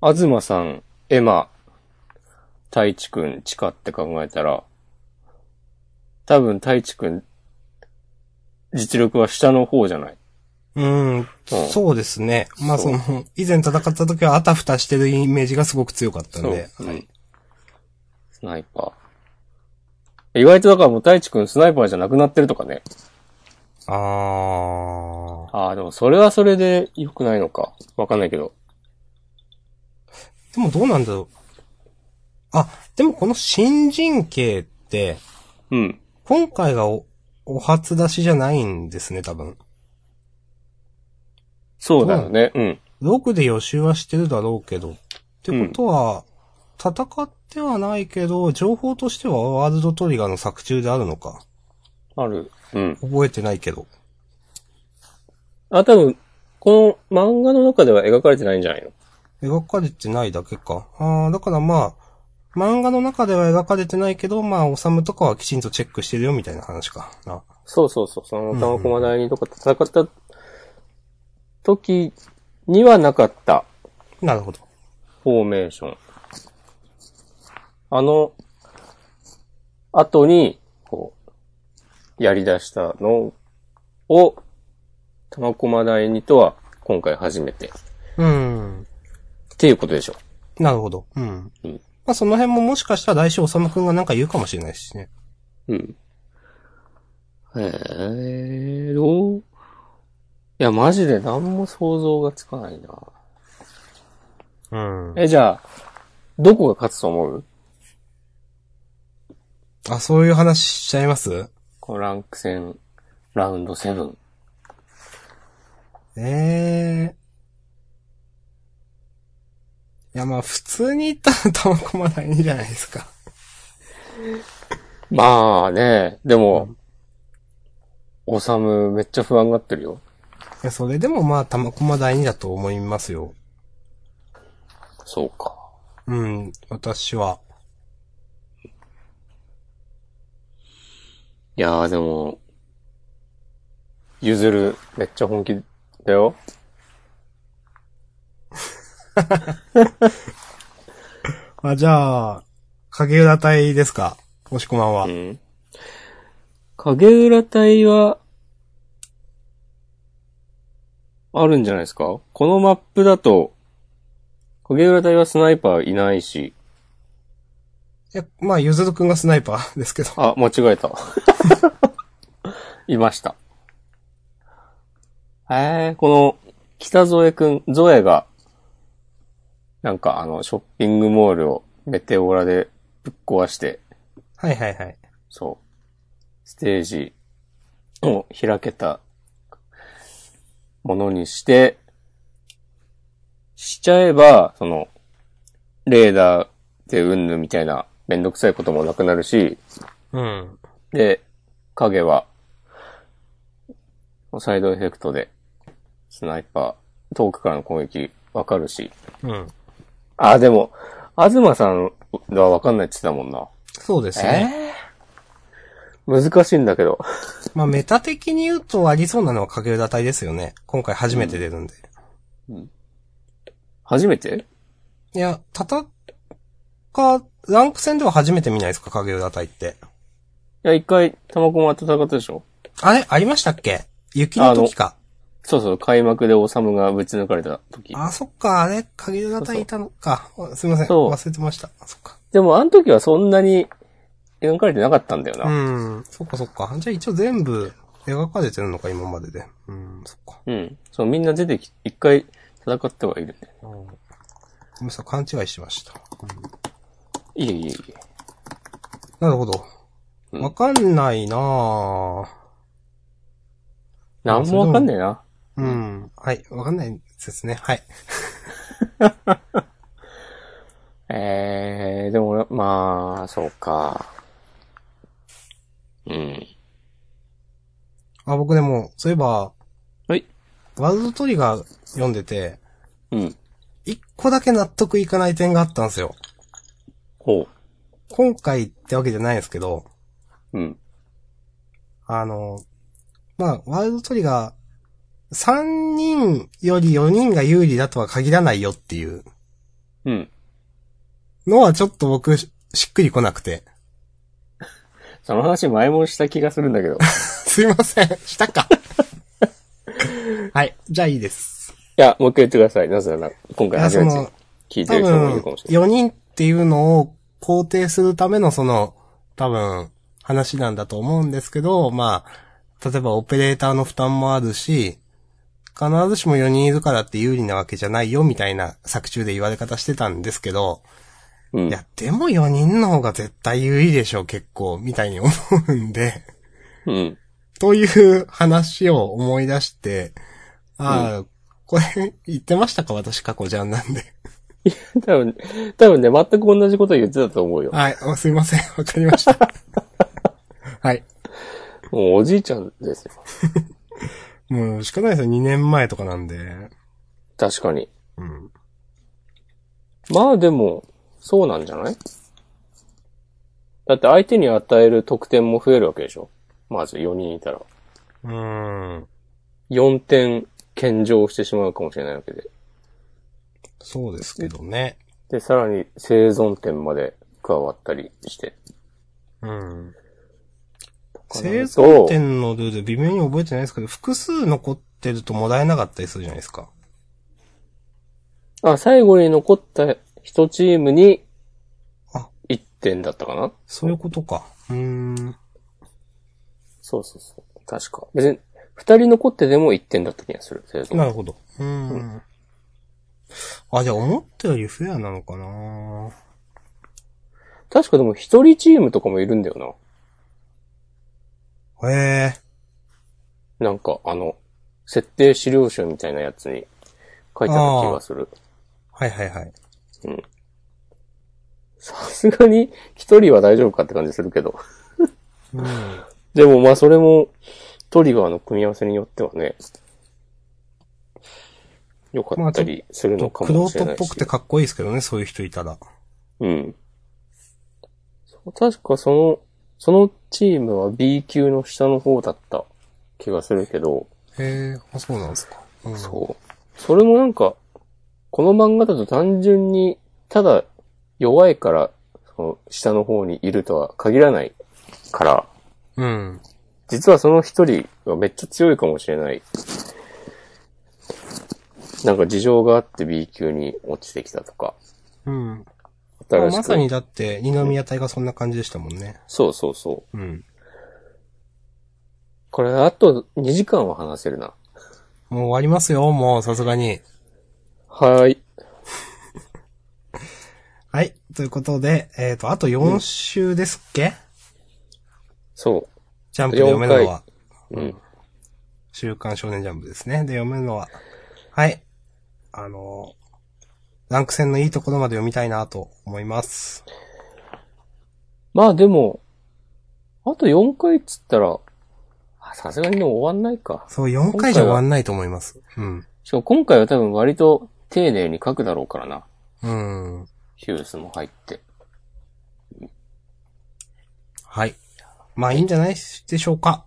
A: あずまさん、エマ、太一くん、チカって考えたら、多分太一くん、実力は下の方じゃない。
B: うん、そうですね。まあその、以前戦った時はあたふたしてるイメージがすごく強かったんで。
A: そううんスナイパー。意外とだからもう太一くんスナイパーじゃなくなってるとかね。
B: あー。
A: ああ、でもそれはそれで良くないのか。わかんないけど。
B: でもどうなんだろう。あ、でもこの新人形って、
A: うん。
B: 今回がお、お初出しじゃないんですね、多分。
A: そうだよね。うん。
B: ログで予習はしてるだろうけど。ってことは、戦ってはないけど、情報としてはワールドトリガーの作中であるのか。
A: ある。うん。
B: 覚えてないけど。
A: あ、多分、この漫画の中では描かれてないんじゃないの
B: 描かれてないだけか。ああ、だからまあ、漫画の中では描かれてないけど、まあ、おさむとかはきちんとチェックしてるよみたいな話かな。
A: そうそうそう、そのタワコマ第二とか戦った時にはなかった
B: なるほど。
A: フォーメーション。あの、後に、こう、やり出したのを、タワコマ第二とは今回初めて。っ
B: うん。
A: ていうことでしょ。
B: なるほど。うん。
A: うん
B: まあその辺ももしかしたら来週おさむくんがなんか言うかもしれないしね。
A: うん。えー、どういや、マジで何も想像がつかないな。
B: うん。
A: え、じゃあ、どこが勝つと思う
B: あ、そういう話しちゃいます
A: このランク戦、ラウンド7。
B: ええいやまあ普通に言ったら玉駒第二じゃないですか。
A: まあね、でも、おさむめっちゃ不安がってるよ。
B: いや、それでもまあ玉駒第二だと思いますよ。
A: そうか。
B: うん、私は。
A: いやーでも、ゆずるめっちゃ本気だよ。
B: あ、じゃあ、影浦隊ですかもしこまんは。
A: ん。影浦隊は、あるんじゃないですかこのマップだと、影浦隊はスナイパーいないし、
B: え、まあゆずるくんがスナイパーですけど。
A: あ、間違えた。 いました。えー、この、北添くん、添が、なんかあの、ショッピングモールをメテオラでぶっ壊して、
B: はいはいはい。
A: そう、ステージを開けたものにして、しちゃえば、その、レーダーでうんぬみたいなめんどくさいこともなくなるし、
B: うん。
A: で、影は、サイドエフェクトで、スナイパー、遠くからの攻撃わかるし。
B: うん。
A: あ、でも、東さんがわかんないって言ってたもんな。
B: そうですね。
A: 難しいんだけど。
B: まあ、メタ的に言うとありそうなのはかける打体ですよね。今回初めて出るんで。
A: 初めて
B: いや、戦か、ランク戦では初めて見ないですか、かける打体って。
A: いや、一回、玉駒戦ったでしょ
B: あれありましたっけ雪の時か。
A: そうそう、開幕でオサムがぶち抜かれた時。
B: あそっか、あれ、かける打体いたのか。あすみません。
A: そう
B: 忘れてました。そっか。
A: でも、あの時はそんなに描かれてなかったんだよ
B: う
A: な。
B: ん。そっかそっか。じゃあ一応全部描かれてるのか、今までで。うん、そっか。
A: うん。そう、みんな出てき、一回戦ってはいるんで。
B: うん。ごめんなさい、勘違いしてました。
A: いえいえいえ。
B: なるほど。
A: うん
B: わかんないなぁ。
A: なんもわかんねえな。
B: うん。はい。わかんないですね。はい。
A: えー、でも俺、まあ、そうか。うん。
B: あ、僕でも、そういえば、
A: はい。
B: ワールドトリガー読んでて、
A: うん。
B: 一個だけ納得いかない点があったんですよ。
A: ほ
B: 今回ってわけじゃないんですけど、
A: う。うん。
B: あの、まあ、ワールドトリガー、3人より4人が有利だとは限らないよっていう
A: うん。
B: のはちょっと僕、ししっくりこなくて。
A: その話前もした気がするんだけど。い
B: すいません。したか。はい。じゃあいいです。
A: や、もう一回言ってください。なぜなら、今回
B: いや
A: 初
B: そ
A: め
B: の
A: て、聞いて
B: 多
A: る人もい
B: 分、
A: るかもしれない。
B: 4人っていうのを肯定するためのその、多分、話なんだと思うんですけど、まあ、例えばオペレーターの負担もあるし、必ずしも4人いるからって有利なわけじゃないよ、みたいな作中で言われ方してたんですけど、
A: うん
B: い。や、でも4人の方が絶対有利でしょう、結構、みたいに思うんで、
A: うん。
B: という話を思い出して、ああ、これ、言ってましたか私過去じゃんなんで。
A: 多分、多分ね、全く同じこと言ってたと思うよ。
B: はい、おすいません。 わかりました。はい。
A: もうおじいちゃんですよ。
B: もう仕方ないですよ。2年前とかなんで。
A: 確かに。
B: うん。
A: まあでも、そうなんじゃないだって相手に与える得点も増えるわけでしょまず4人いたら。
B: うーん。
A: 4点献上してしまうかもしれないわけで。
B: そうですけどね。
A: で、さらに生存点まで加わったりして。
B: うん。
A: かな
B: 生
A: と
B: 存点のルール微妙に覚えてないですけど、複数残ってるともらえなかったりするじゃないですか。
A: あ、最後に残った1チームに
B: あ
A: 1点だったかな
B: そういうことか。うーん。
A: そうそうそう。確か。別に、2人残ってでも1点だった気がする。生存
B: なるほど。うーん。あ、じゃあ思ったよりフェアなのかな
A: 確かでも一人チームとかもいるんだよ
B: へえ。
A: な。なんかあの、設定資料集みたいなやつに書いてある気がする。
B: はいはいはい。
A: さすがに一人は大丈夫かって感じするけど。
B: うん。
A: でもまあそれもトリガーの組み合わせによってはね、良かったりするのか
B: クロ
A: も
B: ー
A: しれ
B: ト
A: な
B: っ
A: いし。
B: ぽくてかっこいいですけどね、そういう人いたら。
A: うん。そう確かその、そのチームは B 級の下の方だった気がするけど、
B: へえ、あ、そうなんですか。うん、
A: そう。それもなんか、この漫画だと単純に、ただ弱いから、その下の方にいるとは限らないから、
B: うん。
A: 実はその一人がめっちゃ強いかもしれない。なんか事情があって B 級に落ちてきたとか。
B: うん。まあ
A: 新しく
B: まさにだって、二宮隊がそんな感じでしたもんね。
A: そうそうそう。
B: うん。
A: これあと2時間は話せるな。
B: もう終わりますよ、もう、さすがに。
A: はい。
B: はい。ということで、えっ、と、あと4週ですっけ、
A: そ
B: ジャンプで読めるのは。
A: う。うん。
B: 週刊少年ジャンプですね。で、読めるのは。はい。あのーランク戦のいいところまで読みたいなと思います。
A: まあでも、あと4回っつったら、あさすがにでも終わんないか。
B: そう、4回じゃ終わんないと思います。うん。
A: しかも今回は多分割と丁寧に書くだろうからな。
B: うん。
A: ヒュースも入って。
B: はい。まあ、いいんじゃないでしょうか。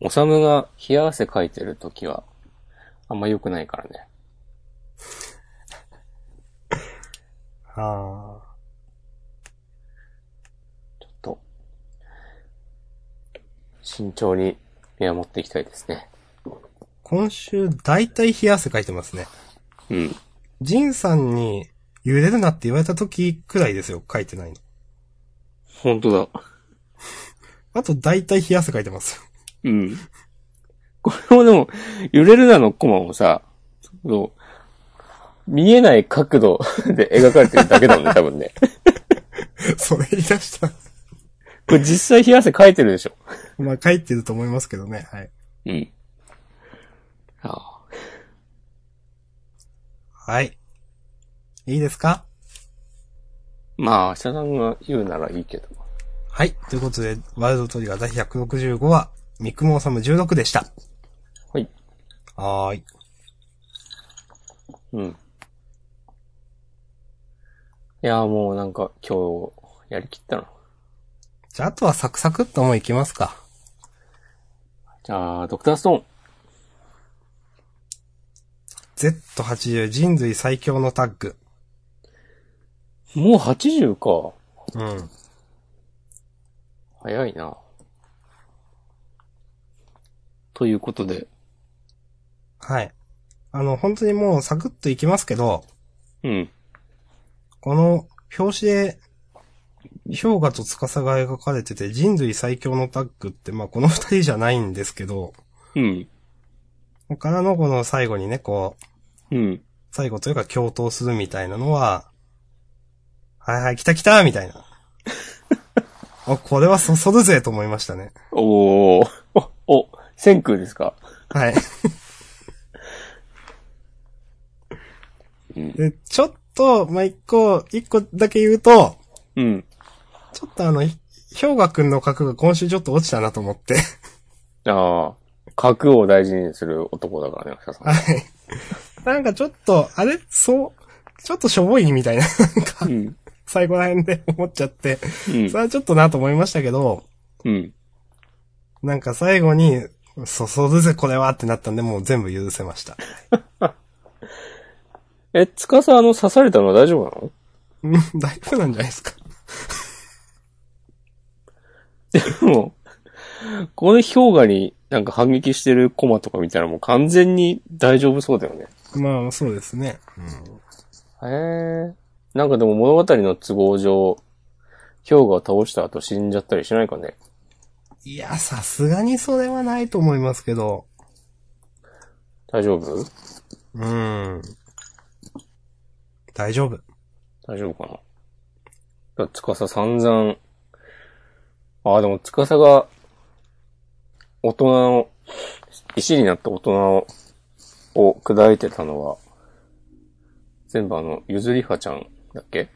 A: おさむが冷や汗かいてるときは、あんま良くないからね。
B: ああ。
A: ちょっと、慎重に見守っていきたいですね。
B: 今週、だいたい冷や汗かいてますね。
A: うん。
B: ジンさんに、茹でるなって言われた時くらいですよ。書いてないの。
A: 本当だ。
B: あと、だいたい冷や汗かいてます。
A: うん。 これもでも、揺れるなのコマもさ、そう、見えない角度で描かれてるだけだ もんね、多分ね。
B: それ言い出した。
A: これ実際冷や汗かいてるでしょ。
B: まあ、書いてると思いますけどね。はい。
A: うん。ああ
B: はい。いいですか
A: まあ、明日さんが言うならいいけど。
B: はい。ということで、ワールドトリガー第165話、三雲治16でした。
A: はい。
B: はーい。
A: うん。いやー、もうなんか今日やりきったな。
B: じゃあ、あとはサクサクっともういきますか。
A: じゃあ、ドクタースト
B: Z80 人類最強のタッグ。
A: ーン。もう80か。
B: うん。
A: 早いな。ということで。
B: はい。あの、本当にもうサクッといきますけど、
A: うん。
B: この表紙で、氷河と司が描かれてて、人類最強のタッグって、まあ、この二人じゃないんですけど、
A: うん。
B: からのこの最後にね、こう、
A: うん。
B: 最後というか共闘するみたいなのは、はいはい、来た来たみたいな。 あ、これはそそるぜと思いましたね。
A: おお、お、お、千空ですか
B: はい。
A: うん
B: で、ちょっと、まあ、一個、一個だけ言うと、
A: うん。
B: ちょっとあの、ひ氷河くんの角が今週ちょっと落ちたなと思って。
A: ああ、核を大事にする男だからね、明日さん。
B: はい。なんかちょっと、あれそう、ちょっとしょぼいみたいな、なんか、
A: うん。
B: 最後ら辺で 思っちゃって、
A: うん
B: それはちょっとなと思いましたけど、
A: うん。
B: なんか最後に、そそるぜこれはってなったんで、もう全部許せました。
A: え、つかさ、あの、刺されたのは大丈夫なの
B: うん 大丈夫なんじゃないですか。
A: でも、ここで氷河になんか反撃してるコマとか見たらもう完全に大丈夫そうだよね。
B: まあ、そうですね。
A: へえ。なんかでも物語の都合上、氷河を倒した後死んじゃったりしないかね。
B: いや、さすがにそれはないと思いますけど、
A: 大丈夫
B: うん。大丈夫。
A: 大丈夫かな。つかさ散々、ああ、でもつかさが、大人を、石になった大人を、を砕いてたのは、全部あの、ゆずりはちゃんだっけ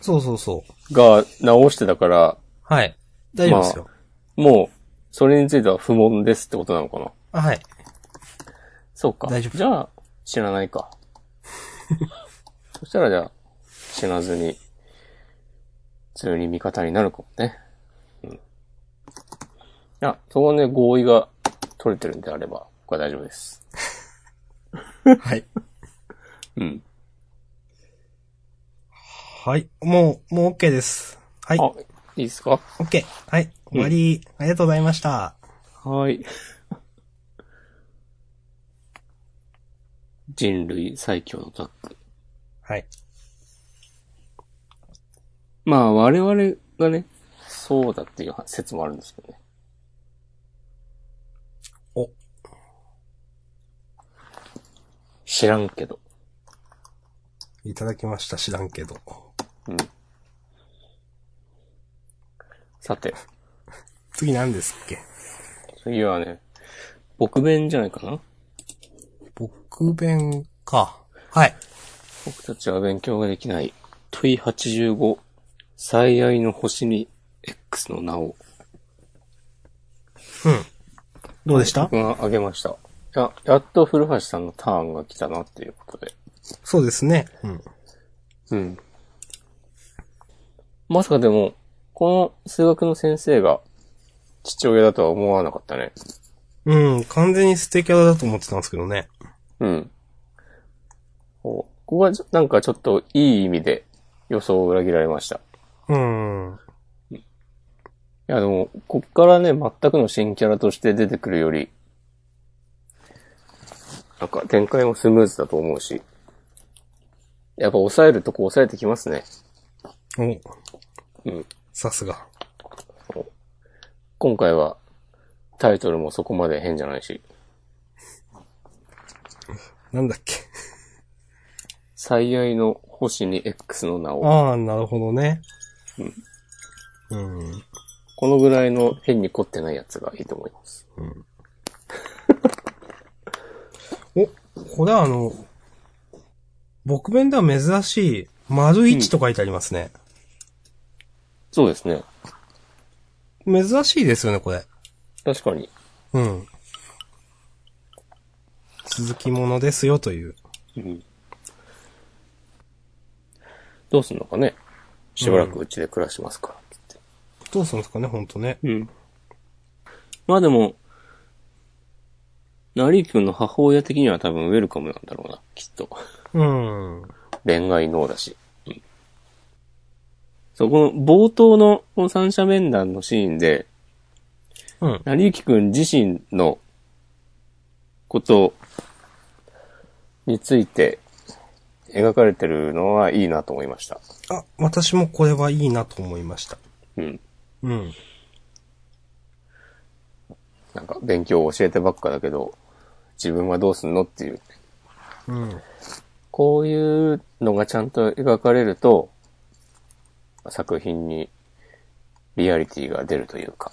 B: そうそうそう。
A: が直してたから、
B: はい。大丈夫ですよ。
A: もう、それについては不問ですってことなのかな。
B: あはい。
A: そうか。
B: 大丈夫
A: じゃあ、死なない か。そしたらじゃあ、死なずに、普通に味方になるかもね。うん。あ、そこはね、合意が取れてるんであれば、僕は大丈夫です。
B: はい。
A: うん。
B: はい。もう、もう OK です。はい。
A: あ、いいですか
B: OK。はい。終わり、ありがとうございました。
A: はい。 人類最強のタッグ。
B: はい。
A: まあ、我々がね、そうだっていう説もあるんですけどね。
B: お。
A: 知らんけど。
B: いただきました。知らんけど。
A: うん。さて、
B: 次何ですっけ
A: 次はね、僕弁じゃないかな
B: 僕弁か。はい。
A: 僕たちは勉強ができない。問い85、最愛の星に X の名を
B: どうでした
A: 僕が挙げました。や、やっと古橋さんのターンが来たなっていうことで。
B: そうですね。うん。
A: うん。まさかでも、この数学の先生が父親だとは思わなかったね。
B: うん、完全に捨てキャラだと思ってたんですけどね。
A: うん。こうここはちょなんかちょっといい意味で予想を裏切られました。
B: うん。
A: いやでも、こっからね、全くの新キャラとして出てくるより、なんか展開もスムーズだと思うし、やっぱ抑えるとこ抑えてきますね。
B: お、
A: うん。
B: さすが。
A: 今回は、タイトルもそこまで変じゃないし、
B: なんだっけ。
A: 最愛の星に X の名を、
B: ああ、なるほどね。うん。
A: このぐらいの変に凝ってないやつがいいと思います。
B: お、これはあの、僕弁では珍しい、丸一と書いてありますね。
A: そうですね。
B: 珍しいですよね、これ。
A: 確かに。
B: うん。続きものですよ、という。
A: うん。どうすんのかねしばらくうちで暮らしますから、つって。
B: どうするんですかね、ほんとね。
A: うん。まあでも、ナリー君の母親的には多分ウェルカムなんだろうな、きっと。
B: うん。
A: 恋愛脳だし。うんそこの冒頭のこの三者面談のシーンで、
B: うん。
A: 成幸くん自身のことについて描かれてるのはいいなと思いました。
B: あ、私もこれはいいなと思いました。
A: うん。
B: うん。
A: なんか勉強を教えてばっかだけど、自分はどうすんのっていう。
B: うん。
A: こういうのがちゃんと描かれると、作品にリアリティが出るというか、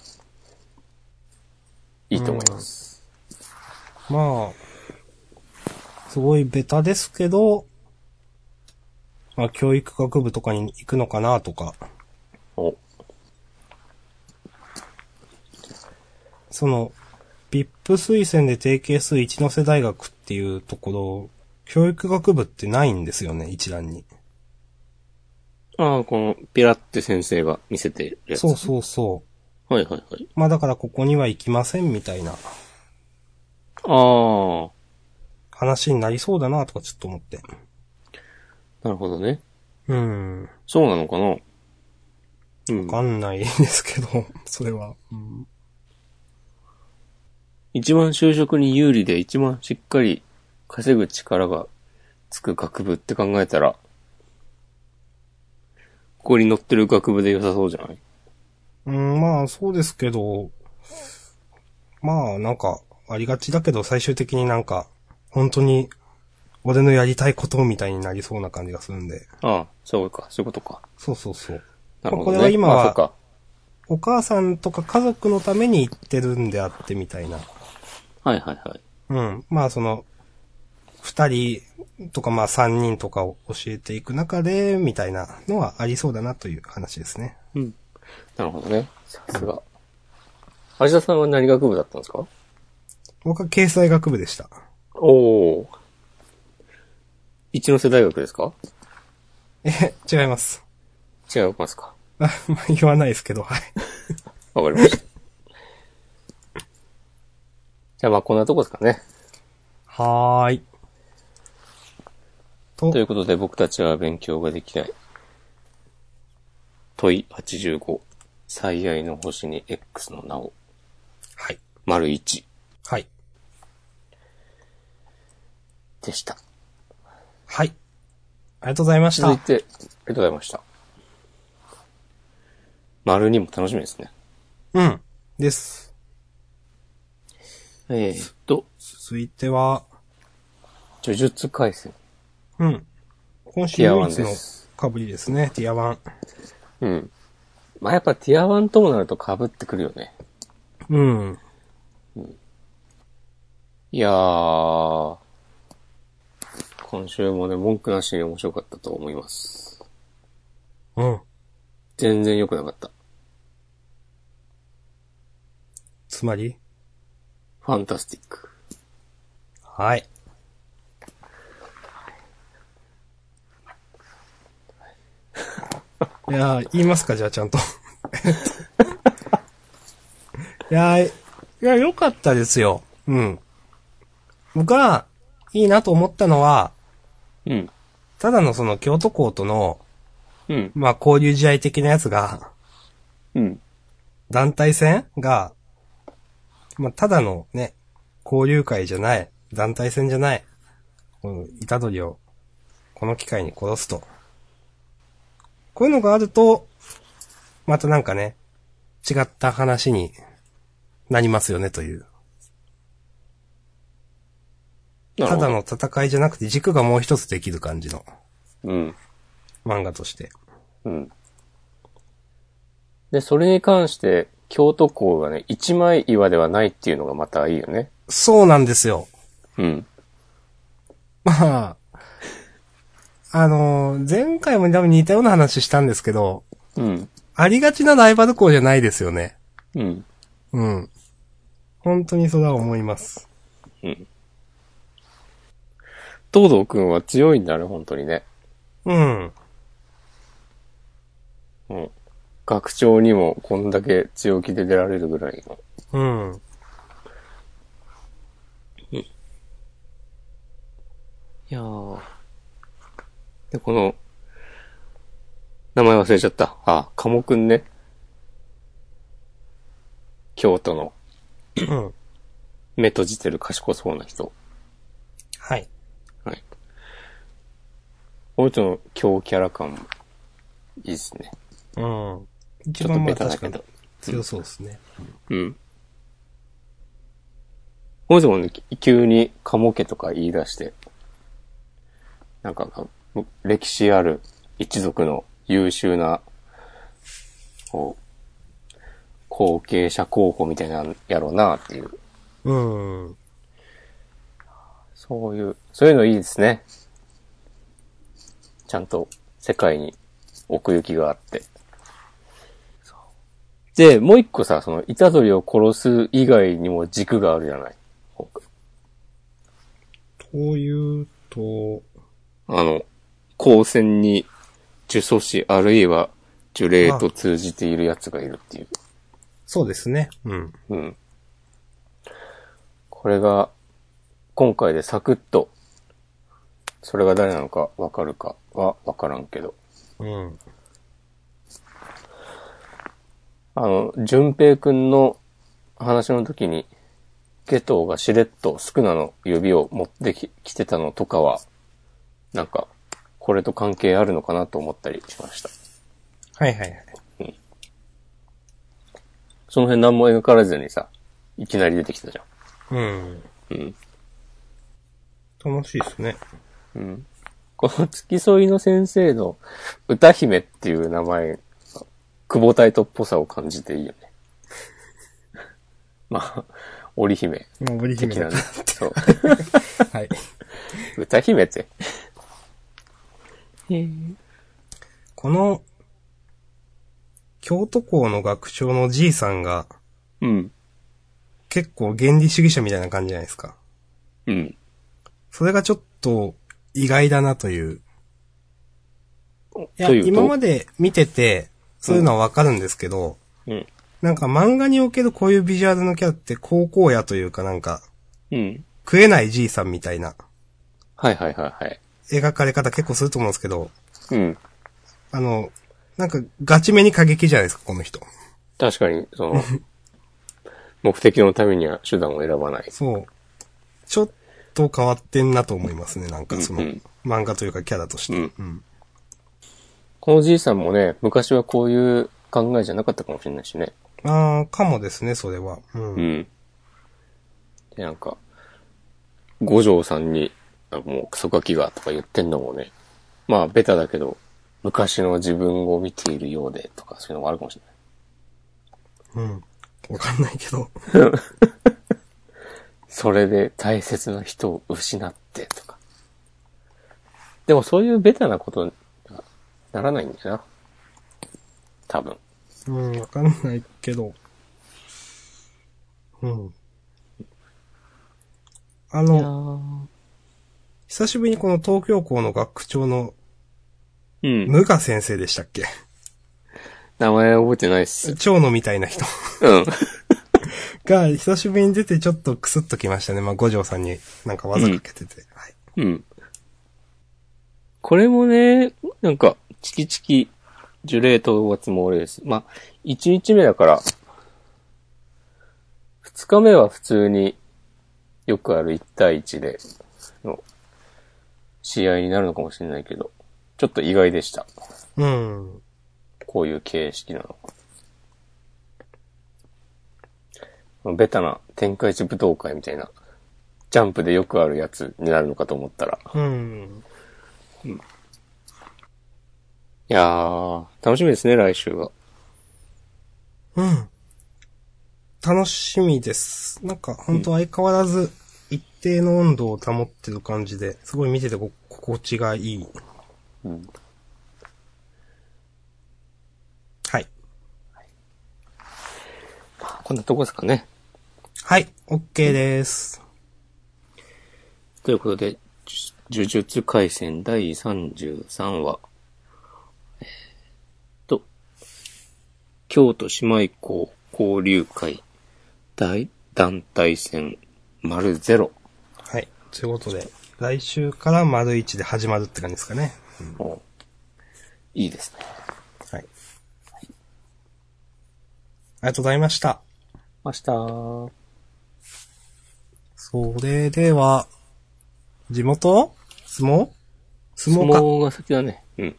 A: いいと思います。
B: まあ、すごいベタですけど、まあ、教育学部とかに行くのかなとか、
A: お、
B: その、VIP 推薦で定型数一ノ瀬大学っていうところ、教育学部ってないんですよね、一覧に。
A: ああ、このピラって先生が見せてるやつ。
B: そうそうそ
A: はいはいはい。
B: う。まあだからここには行きませんみたいな
A: あ
B: 話になりそうだなとかちょっと思って。
A: あ、なるほどね。
B: うん。わ
A: そうなのかなうん。
B: かんないですけど、それは。うん
A: 一番就職に有利で一番しっかり稼ぐ力がつく学部って考えたら、ここに載ってる学部で良さそうじゃない
B: うん、まあ、そうですけど、まあ、なんか、ありがちだけど、最終的になんか、本当に、俺のやりたいことみたいになりそうな感じがするんで。
A: ああ、そうか、そういうことか。
B: そうそうそう。
A: なるほど、ね。
B: これは今は
A: あ、そうか。
B: お母さんとか家族のために行ってるんであって、みたいな。
A: はいはいはい。
B: うん。まあ、その、二人とか、まあ、三人とかを教えていく中で、みたいなのはありそうだなという話ですね。
A: うん。なるほどね。さすが。橋田さんは何学部だったんですか
B: 僕は経済学部でした。
A: おお。一ノ瀬大学ですか
B: え、違います。
A: 違いますか
B: あ、まあ、言わないですけど、はい。
A: わかりました。じゃあまあこんなとこですかね。
B: はーい。と
A: とい、うことで僕たちは勉強ができない。問い85。最愛の星に X の名を。
B: はい。
A: 丸1
B: はい。
A: でした。
B: はい。ありがとうございまし
A: 続い
B: た。
A: て、ありがとうございました。丸2も楽しみですね。
B: うん。です。
A: えー、っと、
B: 続いては、
A: 呪術回戦。
B: うん。今週
A: ティアワ
B: 唯
A: ン
B: 一
A: で
B: の
A: す
B: かぶりですね、ティアワン。
A: うん。まあ、やっぱティア1ともなると被ってくるよね。
B: うん。
A: いやー、今週もね、文句なしに面白かったと思います。
B: うん。
A: 全然良くなかった。
B: つまり
A: ファンタスティック。
B: はい。いやー、言いますか、じゃあちゃ んと。いやー、いや、良かったですよ。うん。僕は、いいなと思ったのは、
A: うん。
B: ただのその京都校との、
A: うん。
B: まあ、交流試合的なやつが、
A: うん。
B: 団体戦が、まあ、ただのね、交流会じゃない、団体戦じゃない、この、いたどりを、この機会に殺すと。こういうのがあると、またなんかね、違った話になりますよねという。
A: なる
B: た
A: ほど
B: だの戦いじゃなくて軸がもう一つできる感じの
A: うん。
B: 漫画として。
A: うん。で、それに関して、京都校がね、一枚岩ではないっていうのがまたいいよね。
B: そうなんですよ。
A: うん。
B: まあ、あのー前回も多分似たような話したんですけど、
A: うん。
B: ありがちなライバル校じゃないですよね。
A: うん。
B: うん。本当にそれは思います。
A: 東堂くんは強いんだね、本当にね。
B: うん。
A: うん。学長にもこんだけ強気で出られるぐらいの。
B: うん。
A: いやー。で、この、名前忘れちゃった。あ、カモくんね。京都の
B: うん。
A: 目閉じてる賢そうな人。
B: はい。
A: はい。この人の強キャラ感もいいですね。
B: うん。
A: ちょ
B: 一
A: っと
B: 番ま
A: ベ
B: あ
A: タだ
B: 確
A: け
B: か
A: ど
B: に。強そうですね。
A: うん。この人もね、き急にカモ家とか言い出して、なんか、かむ歴史ある一族の優秀な、こう、後継者候補みたいなんやろうなっていう、
B: うん。
A: そういう、そういうのいいですね。ちゃんと世界に奥行きがあって。で、もう一個さ、その、イタドリを殺す以外にも軸があるじゃない。
B: というと、
A: あの、光線に呪詛師あるいは呪霊と通じている奴がいるっていう。
B: そうですね。うん。
A: うん。これが、今回でサクッと、それが誰なのかわかるかはわからんけど。
B: うん。
A: あの、淳平くんの話の時に、ゲトウがしれっとスクナの指を持ってき来てたのとかは、なんか、これと関係あるのかなと思ったりしました。
B: はいはいはい。
A: その辺何も描かれずにさ、いきなり出てきたじゃん。
B: うん。
A: うん。
B: 楽しいですね。
A: うん。この付き添いの先生の歌姫っていう名前、久保タイトっぽさを感じていいよね。まあ、織姫
B: もうブリヒメ
A: 的な
B: だ
A: ね。そう。
B: はい。
A: 歌姫って。
B: この、京都校の学長のじいさんが、
A: うん。
B: 結構原理主義者みたいな感じじゃないですか。
A: うん。
B: それがちょっと意外だなという。いや、
A: というと
B: 今まで見てて、そういうのはわかるんですけど、
A: うん。
B: なんか漫画におけるこういうビジュアルのキャラって高校やというかなんか、
A: うん。
B: 食えないじいさんみたいな
A: はいはいはいはい。
B: 描かれ方結構すると思うんですけど、
A: うん。
B: あの、なんかガチめに過激じゃないですか、この人。
A: 確かに、そ の、目的のためには手段を選ばない。
B: そう。ちょっと変わってんなと思いますね、なんかその
A: うん
B: 漫画というかキャラとして。
A: うん
B: うん
A: このじいさんもね、昔はこういう考えじゃなかったかもしれないしね。
B: ああ、かもですね、それは。うん
A: うん。で、なんか、五条さんに、あもうクソガキがとか言ってんのもね、まあ、ベタだけど、昔の自分を見ているようでとか、そういうのもあるかもしれない。
B: うん。わかんないけど。
A: それで大切な人を失ってとか。でもそういうベタなことにはならないんだよな。多分。
B: うん、わかんないけど。うん。あ
A: いや
B: の、
A: ー
B: 久しぶりにこの東京校の学区長の
A: うん。
B: 無賀先生でしたっけ
A: 名前覚えてないっす。
B: 長野みたいな人
A: うん。
B: が久しぶりに出てちょっとクスッときましたね。まあ、五条さんになんか技かけてて。はい。
A: うん。これもね、なんか、チキチキ、呪霊討伐も俺です。まあ、1日目だから、2日目は普通によくある1対1での試合になるのかもしれないけど、ちょっと意外でした。
B: うん。
A: こういう形式なのまあ。ベタな展開地武道会みたいな、ジャンプでよくあるやつになるのかと思ったら、
B: うん。
A: いやー、楽しみですね、来週は。
B: うん。楽しみです。なんか、本当相変わらず、一定の温度を保ってる感じで、すごい見ててこ心地がいい。
A: うん。
B: はい。
A: こんなとこですかね。
B: はい、OK です。
A: ということで、呪呪術廻戦第33話。えーっと、京都姉妹校交流会大団体戦丸ゼロ。
B: はい。ということで、来週から丸一で始まるって感じですかね。
A: おういいですね。
B: はい。ありがとうございました。
A: 明日、
B: それでは、地元相撲相
A: 相
B: 撲か。
A: 撲が先だね。うん。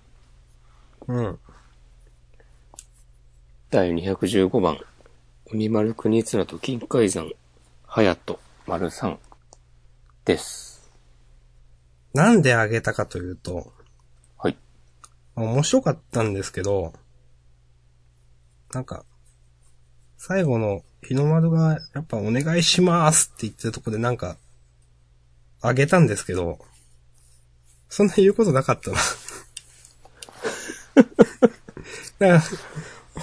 B: うん。
A: 第215番、海丸国綱と金海山、隼人丸三です。
B: なんであげたかというと、
A: はい。
B: 面白かったんですけど、なんか、最後の日の丸が、やっぱお願いしますって言ってるとこでなんか、あげたんですけど、そんな言うことなかったな。だから、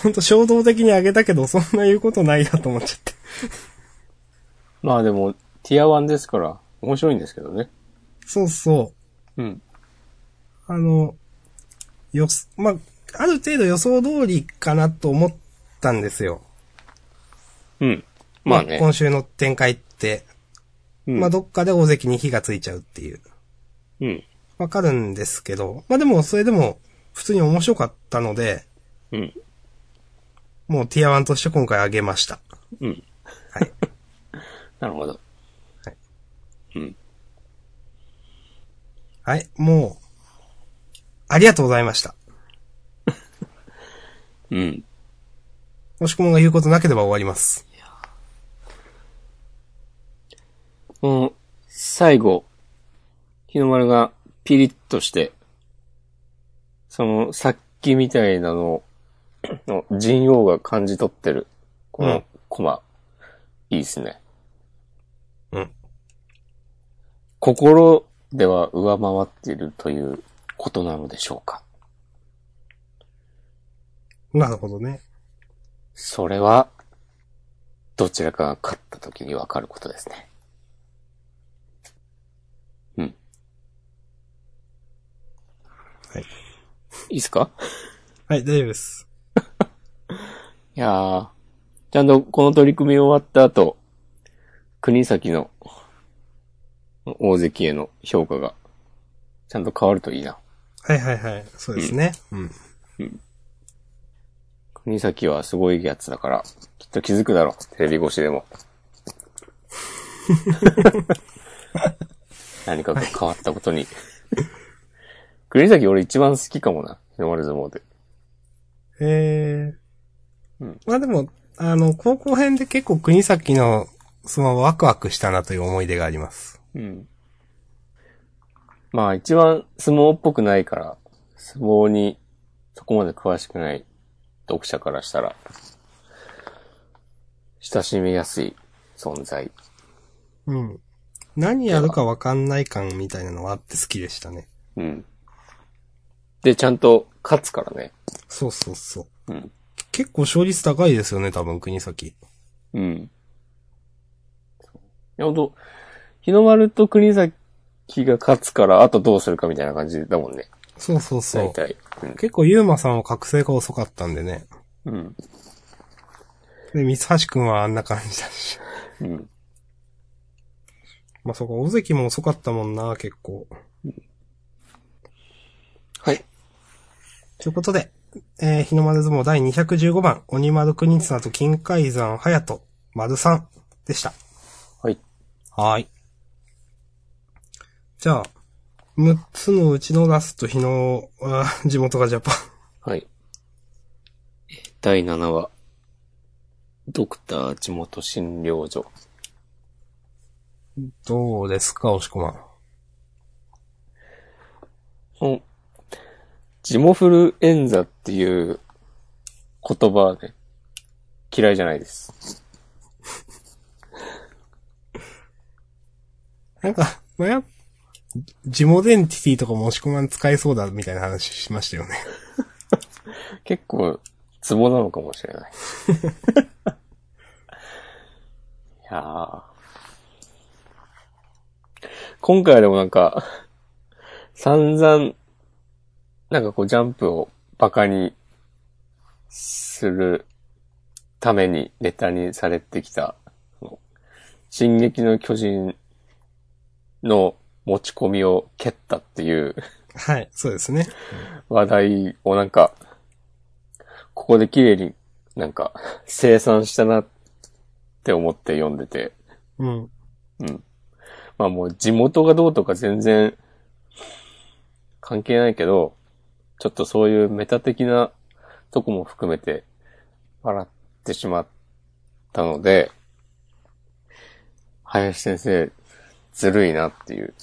B: ほんと衝動的にあげたけど、そんな言うことないなと思っちゃって。
A: まあでも、ティア1ですから、面白いんですけどね。
B: そうそう。
A: うん。
B: あの、よす、まあ、ある程度予想通りかなと思ったんですよ。
A: うん。まあね。
B: 今週の展開って、
A: うん、
B: まあ、どっかで大関に火がついちゃうっていう。
A: うん。
B: わかるんですけど、まあ、でも、それでも、普通に面白かったので、
A: うん。
B: もうティアワンとして今回あげました。
A: うん。
B: はい。
A: なるほど。
B: はい。
A: うん。
B: はい、もう、ありがとうございました。
A: うん。
B: もしくもが言うことなければ終わります。
A: もう、最後、日の丸がピリッとして、その、殺気みたいなのを、 の人王が感じ取ってる、こ
B: うん
A: のコマ、いいですね。
B: うん。
A: 心では上回っているということなのでしょうか。
B: なるほどね。
A: それは、どちらかが勝った時にわかることですね。うん。
B: はい。
A: いいっすか
B: はい、大丈夫です。
A: いやー、ちゃんとこの取り組み終わった後、国崎の大関への評価が、ちゃんと変わるといいな。
B: はいはいはい。そうですね。うん。
A: 国崎はすごいやつだから、きっと気づくだろう。テレビ越しでも。 何か変わったことに。国崎俺一番好きかもな。日の丸相撲で。
B: ええ
A: うん
B: まあでも、あの、高校編で結構国崎の相撲はワクワクしたなという思い出があります。
A: うん。まあ一番相撲っぽくないから、相撲にそこまで詳しくない読者からしたら、親しみやすい存在。
B: うん。何やるかわかんない感みたいなのはあって好きでしたね。
A: うん。で、ちゃんと勝つからね。
B: そうそうそう。
A: うん。
B: 結構勝率高いですよね、多分国崎。
A: うん。や、ほんと、日の丸と国崎が勝つから、あとどうするかみたいな感じだもんね。
B: そうそうそ
A: 大
B: う。
A: 体。
B: 結構ユーマさんは覚醒が遅かったんでね。
A: うん。
B: で、三橋くんはあんな感じだし。
A: うん。
B: まあ、そこ、大関も遅かったもんな、結構。
A: はい。
B: ということで、えー、日の丸相撲第215番、鬼丸国綱と金海山隼人、丸さんでした。
A: はい。
B: はーい。じゃあ、6つのうちのラスト日の、あー地元がジャパン。
A: はい。第7話。ドクター地元診療所。
B: どうですか、押し込まん。
A: うん。ジモフルエンザっていう言葉ね、嫌いじゃないです。
B: なんか、まあ、やジモデンティティとかも押し込まん使えそうだみたいな話しましたよね。
A: 結構、ツボなのかもしれない。いやー今回でもなんか、散々、なんかこうジャンプをバカにするためにネタにされてきた、その進撃の巨人の持ち込みを蹴ったっていう
B: はい、そうですね。
A: 話題をなんか、ここで綺麗になんか生産したなって思って読んでて、
B: うん。
A: まあもう地元がどうとか全然関係ないけど、ちょっとそういうメタ的なとこも含めて笑ってしまったので、林先生、ずるいなっていう。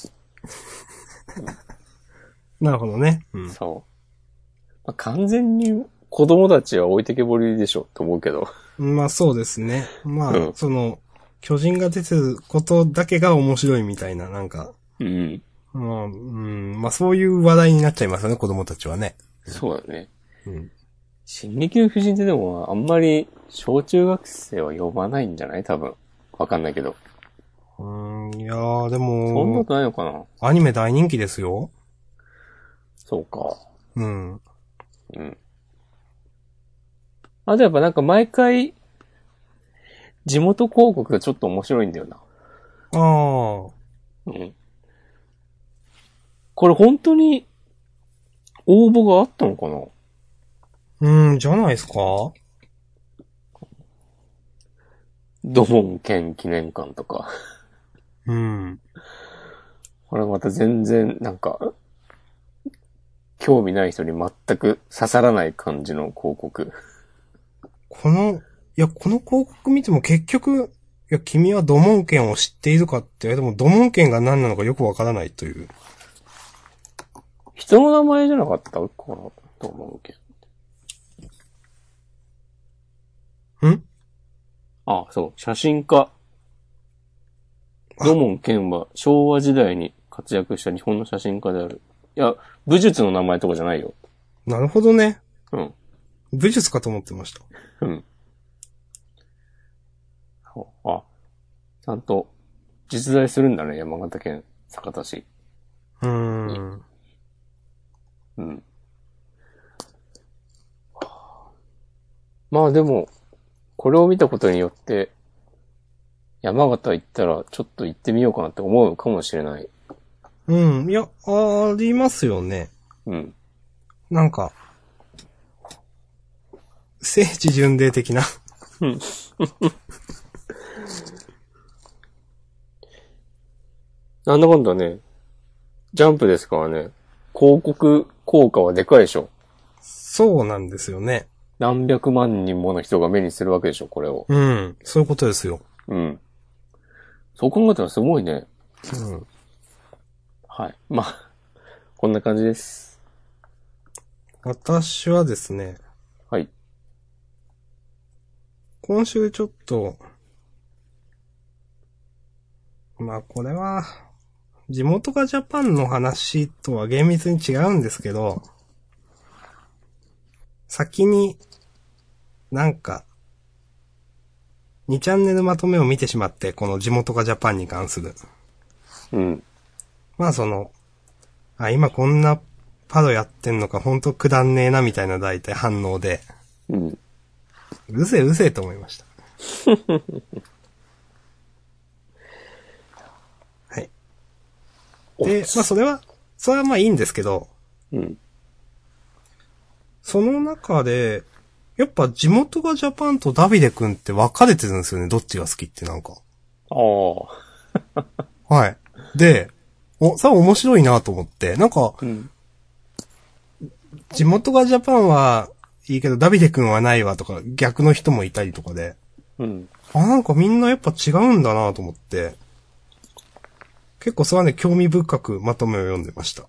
B: なるほどね。うん。
A: そう。まあ、完全に子供たちは置いてけぼりでしょと思うけど。
B: まあそうですね。まあ、
A: うん
B: その、巨人が出てることだけが面白いみたいな、なんか、
A: うん。
B: まあ、うん、まあそういう話題になっちゃいますよね、子供たちはね。
A: そうだね。
B: うん。
A: 進撃の巨人ってでも、あんまり小中学生は読まないんじゃない多分。わかんないけど。
B: うん、いやー、で
A: そんなこ
B: も、
A: とないのかな
B: アニメ大人気ですよ。
A: そうか。
B: うん。
A: うん。あとやっぱなんか毎回、地元広告がちょっと面白いんだよな。
B: ああ、
A: うん。これ本当に、応募があったのかな
B: うん、じゃないですか
A: ドボン県記念館とか。
B: うん。
A: これまた全然、なんか、興味ない人に全く刺さらない感じの広告。
B: この、いや、この広告見ても結局、いや、君は土門剣を知っているかって、いやでも土門剣が何なのかよくわからないという。
A: 人の名前じゃなかったかなと思うけど。
B: ん
A: あ、そう。写真家。土門健は昭和時代に活躍した日本の写真家である。いや、武術の名前とかじゃないよ。
B: なるほどね。
A: うん。
B: 武術かと思ってました。
A: うん。そうあ、ちゃんと実在するんだね、山形県酒田市。
B: うーん。
A: うん。まあでも、これを見たことによって、山形行ったらちょっと行ってみようかなって思うかもしれない。
B: うん。いや、ありますよね。
A: うん。
B: なんか、聖地巡礼的な。
A: なんだかんだね、ジャンプですからね、広告効果はでかいでしょ。
B: そうなんですよね。
A: 何百万人もの人が目にするわけでしょ、これを。
B: うん。そういうことですよ。
A: うん。そう考えたらすごいね。
B: うん。
A: はい。まあ、こんな感じです。
B: 私はですね、
A: はい。
B: 今週ちょっと、まあこれは、地元がジャパンの話とは厳密に違うんですけど、先に、なんか、 2チャンネルまとめを見てしまって、この地元がジャパンに関する。
A: うん。
B: まあその、あ、今こんなパロやってんのか、ほんとくだんねえな、みたいな大体反応で、
A: うん。
B: うぜうぜと思いました。はい。で、まあそれは、それはまあいいんですけど、
A: うん。
B: その中で、やっぱ地元がジャパンとダビデ君って分かれてるんですよね、どっちが好きってなんか。
A: ああ。
B: はい。で、お、それは面白いなと思って、なんか、
A: うん。
B: 地元がジャパンはいいけど、ダビデ君はないわとか、逆の人もいたりとかで、
A: うん。
B: あ、なんかみんなやっぱ違うんだなと思って、結構それはね、興味深くまとめを読んでました。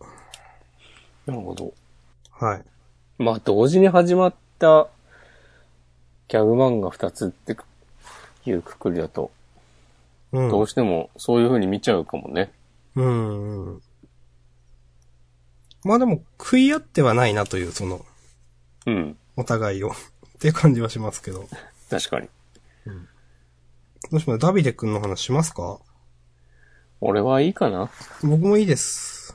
A: なるほど。
B: はい。
A: まあ、同時に始まったギャグ漫画二つっていうくくりだと、
B: うん。
A: どうしてもそういう風に見ちゃうかもね。
B: うんうん。まあでも、食い合ってはないなという、その、
A: うん。
B: お互いを。 っていう感じはしますけど。
A: 確かに。
B: どうしますダビデ君の話しますか
A: 俺はいいかな
B: 僕もいいです。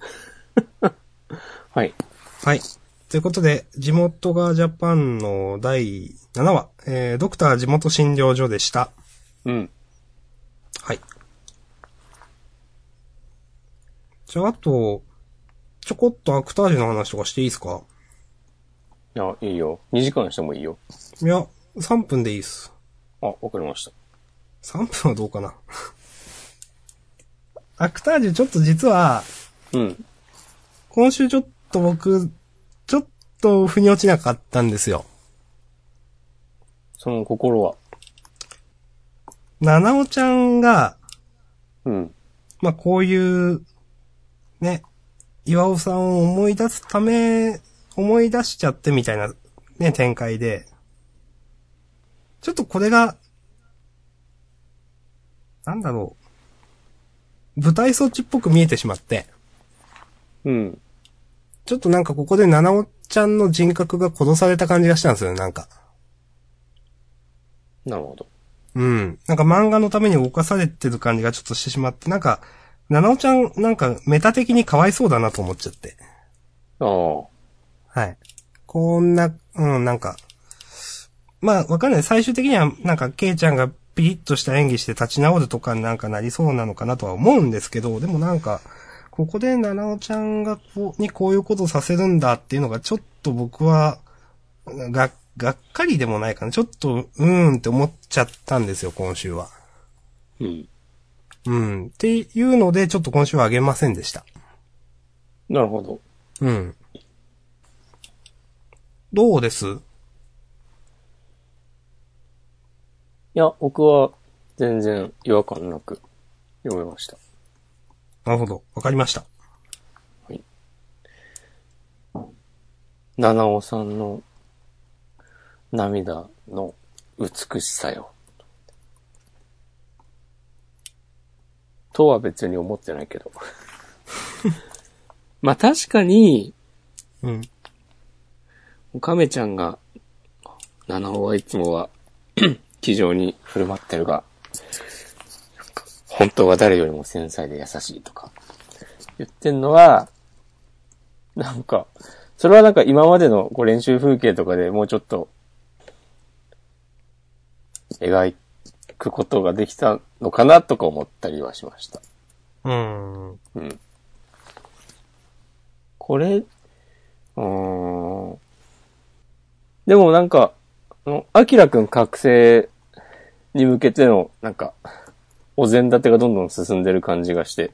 A: はい。
B: はい。ということで、地元がジャパンの第7話、えー、ドクター地元診療所でした。
A: うん。
B: はい。じゃあ、あと、ちょこっとアクタージュの話とかしていいですか
A: いや、いいよ。2時間してもいいよ。
B: いや、3分でいいです。
A: あ、わかりました。
B: 3分はどうかな。 アクタージュちょっと実は、
A: うん。
B: 今週ちょっと僕、ちょっと腑に落ちなかったんですよ。
A: その心は。
B: ななおちゃんが、
A: うん。
B: まあ、こういう、ね、岩尾さんを思い出すため、思い出しちゃってみたいな、ね、展開で、ちょっとこれが、なんだろう、舞台装置っぽく見えてしまって、
A: うん。
B: ちょっとなんかここで七尾ちゃんの人格が殺された感じがしたんですよね、なんか。
A: なるほど。
B: うん。なんか漫画のために動かされてる感じがちょっとしてしまって、なんか、七尾ちゃん、なんかメタ的にかわいそうだなと思っちゃって。
A: あ
B: はい。こんな、うん、なんか、まあ、わかんない。最終的には、なんか、ケイちゃんがピリッとした演技して立ち直るとかになんかなりそうなのかなとは思うんですけど、でもなんか、ここで七尾ちゃんがこう、にこういうことさせるんだっていうのが、ちょっと僕は、が、がっかりでもないかな。ちょっと、うーんって思っちゃったんですよ、今週は。
A: あ。うん。
B: うん。っていうので、ちょっと今週はあげませんでした。
A: なるほど。
B: うん。どうです
A: いや、僕は全然違和感なく読めました。
B: なるほど。わかりました。
A: 七尾さんの涙の美しさよ。とは別に思ってないけど。まあ確かに、
B: うん。
A: 亀ちゃんが、七尾はいつもは、 気丈に振る舞ってるが、本当は誰よりも繊細で優しいとか、言ってんのは、なんか、それはなんか今までのこう練習風景とかでもうちょっと、描くことができたのかなとか思ったりはしました。
B: うん。うん。
A: うん。これ、うーん。でもなんか、あの、アキラくん覚醒に向けての、なんか、お膳立てがどんどん進んでる感じがして、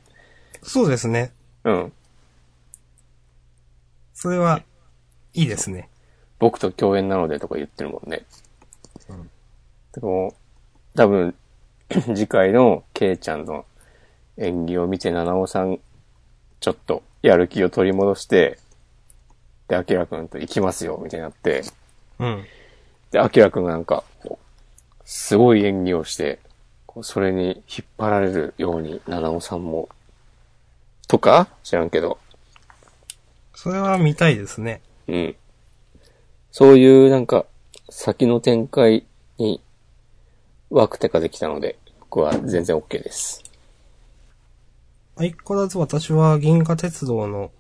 B: そうですね。
A: うん。
B: それは、いいですね。
A: 僕と共演なのでとか言ってるもんね。
B: うん
A: でも、多分、 次回のケイちゃんの演技を見て、七尾さん、ちょっとやる気を取り戻して、で、アキラくんと行きますよ、みたいになって、
B: うん。
A: で、アキラくんがなんか、こうすごい演技をして、こうそれに引っ張られるように、七尾さんも、とか知らんけど、
B: それは見たいですね。
A: うん。そういうなんか、先の展開に枠手ができたので、僕は全然 OK です。
B: 相変わらず私は銀河鉄道の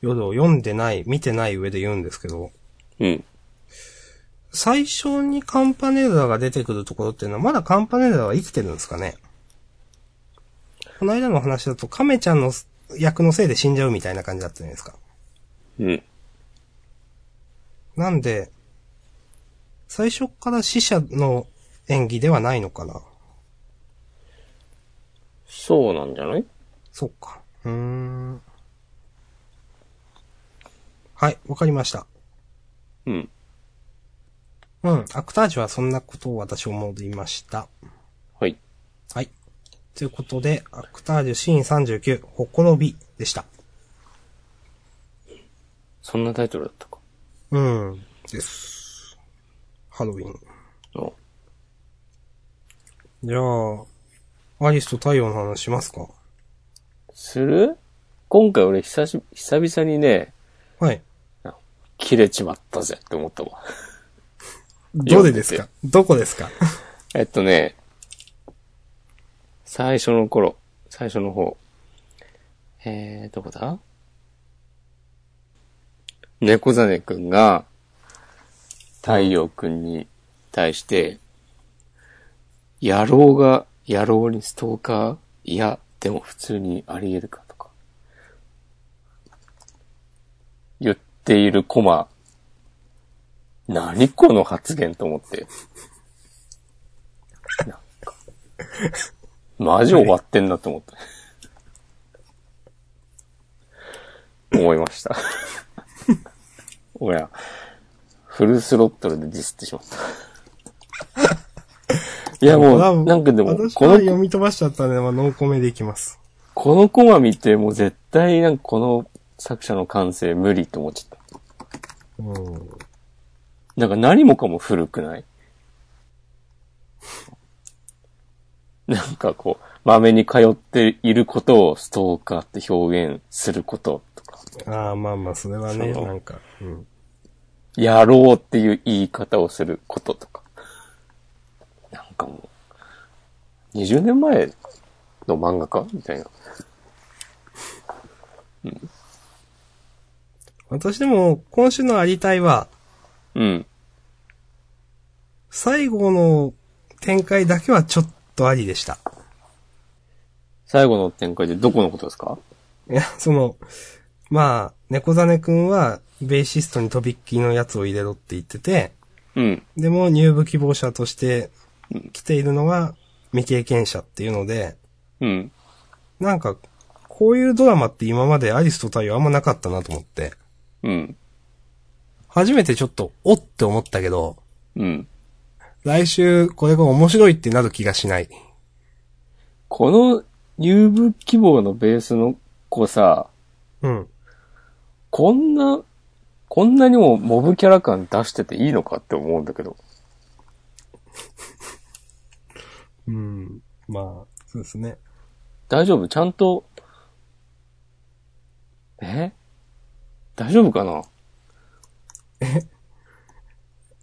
B: 夜を読んでない、見てない上で言うんですけど、
A: うん。
B: 最初にカンパネーラが出てくるところっていうのは、まだカンパネーラは生きてるんですかねこの間の話だと、カメちゃんの役のせいで死んじゃうみたいな感じだったじゃないですか。
A: うん。
B: なんで、最初から死者の演技ではないのかな
A: そうなんじゃない
B: そっか。うーん。はい、わかりました。
A: うん。
B: うん、アクタージュはそんなことを私思いました。
A: はい。
B: はい。ということで、アクタージュシーン39、ほころびでした。
A: そんなタイトルだったか。
B: うん。です。ハロウィン。
A: あ
B: じゃあ、アリスと太陽の話しますか
A: する今回俺久し、久々にね、
B: はい。
A: 切れちまったぜって思ったわ。
B: どれですかどこですか
A: えっとね、最初の頃、最初の方。えー、どこだ猫ザネくんが、太陽くんに対して、野郎が野郎にストーカーいや、でも普通にあり得るかとか。言っているコマ。何この発言と思って。マジ終わってんなと思った。思いました。おや、フルスロットルでディスってしまった。いやもう、なんかでも、
B: 私
A: こ
B: は
A: の
B: 読み飛ばしちゃったんで、まあ、ノーコメでいきます。
A: このコマ見て、もう絶対なんかこの作者の感性無理と思っちゃった。
B: うん。
A: なんか何もかも古くない なんかこう、まめに通っていることをストーカーって表現することとか、
B: ああ、まあまあ、それはね、
A: そう
B: なんか、うん。
A: やろうっていう言い方をすることとか。なんかもう、20年前の漫画家みたいな。
B: 私でも、今週のありたいは、
A: うん。
B: 最後の展開だけはちょっとありでした。
A: 最後の展開でどこのことですか
B: いや、その、まあ、猫ザネくんは、ベーシストにとびっきりのやつを入れろって言ってて、
A: うん。
B: でも入部希望者として来ているのが未経験者っていうので、
A: うん。
B: なんか、こういうドラマって今までアリスと太陽あんまなかったなと思って、
A: うん。
B: 初めてちょっと、おって思ったけど、
A: うん。
B: 来週これが面白いってなる気がしない。
A: この入部希望のベースの子さ、
B: うん。
A: こんな、こんなにもモブキャラ感出してていいのかって思うんだけど。
B: うん。まあ、そうですね。
A: 大丈夫ちゃんと、え大丈夫かな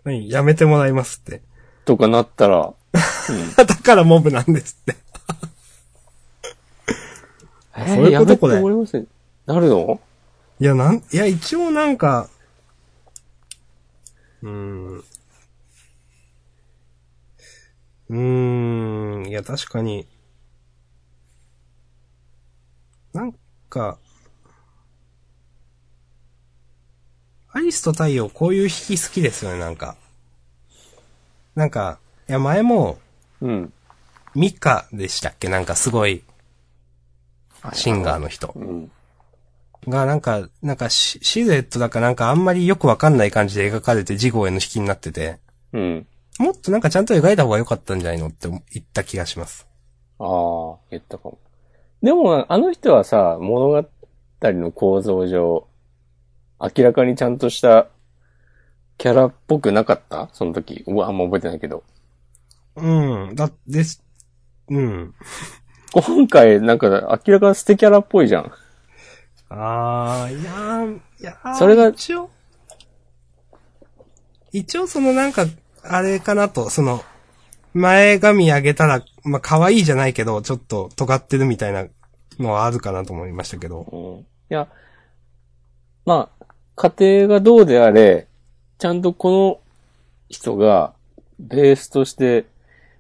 B: 何やめてもらいますって。
A: とかなったら、
B: だからモブなんですって。
A: え
B: そういうことこれ
A: やめてもらえません。なるの
B: いや、なん、いや、一応なんか、うーん。うーん、いや、確かに、なんか、アリスと太陽、こういう引き好きですよね、なんか。なんか、いや、前も、
A: うん。
B: ミカでしたっけなんかすごい、シンガーの人。
A: うん。
B: が、なんか、なんかシシルエットだかなんかあんまりよくわかんない感じで描かれて事後への引きになってて、
A: うん。
B: もっとなんかちゃんと描いた方が良かったんじゃないのって言った気がします。
A: ああ、言ったかも。でも、あの人はさ、物語の構造上、明らかにちゃんとしたキャラっぽくなかったその時。うわ、あんま覚えてないけど。
B: うん、だ、です、うん。
A: 今回、なんか、明らかに捨てキャラっぽいじゃん。
B: あー、いやー、いやー
A: それが
B: 一応、一応そのなんか、あれかなと、その、前髪上げたら、まあ、可愛いじゃないけど、ちょっと尖ってるみたいなのはあるかなと思いましたけど。
A: うん。いや、まあ、家庭がどうであれ、ちゃんとこの人がベースとして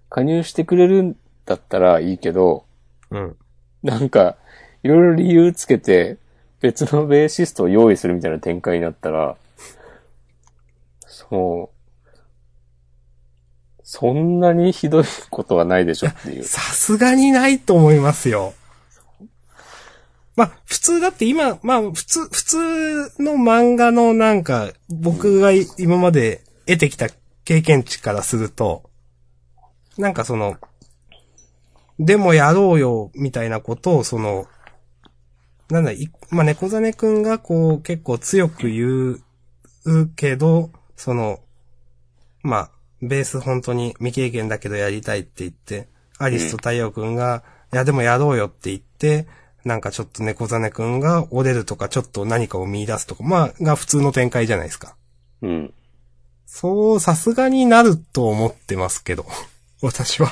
A: 加入してくれるんだったらいいけど、
B: うん。
A: なんか、いろいろ理由つけて、別のベーシストを用意するみたいな展開になったら、そう、そんなにひどいことはないでしょって いう。
B: さすがにないと思いますよ。まあ、普通だって今、まあ、普通、普通の漫画のなんか、僕がい今まで得てきた経験値からすると、なんかその、でもやろうよ、みたいなことをその、なんだ、いまあ、猫ザネくんがこう、結構強く言うけど、その、まあ、ベース本当に未経験だけどやりたいって言って、アリスと太陽くんが、いやでもやろうよって言って、なんかちょっと猫ザネくんが折れるとか、ちょっと何かを見出すとか、まあ、が普通の展開じゃないですか。
A: うん。
B: そう、さすがになると思ってますけど、 私は。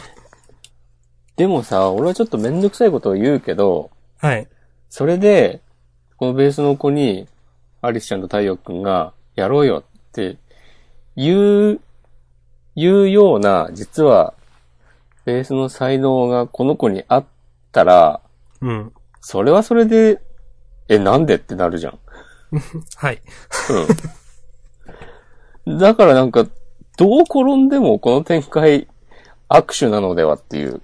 A: でもさ、俺はちょっとめんどくさいことを言うけど、
B: はい。
A: それで、このベースの子に、アリスちゃんと太陽くんが、やろうよって、言う、言うような、実は、ベースの才能がこの子にあったら、
B: うん。
A: それはそれで、え、なんでってなるじゃん。
B: はい。
A: うん。だからなんか、どう転んでもこの展開、握手なのではっていう、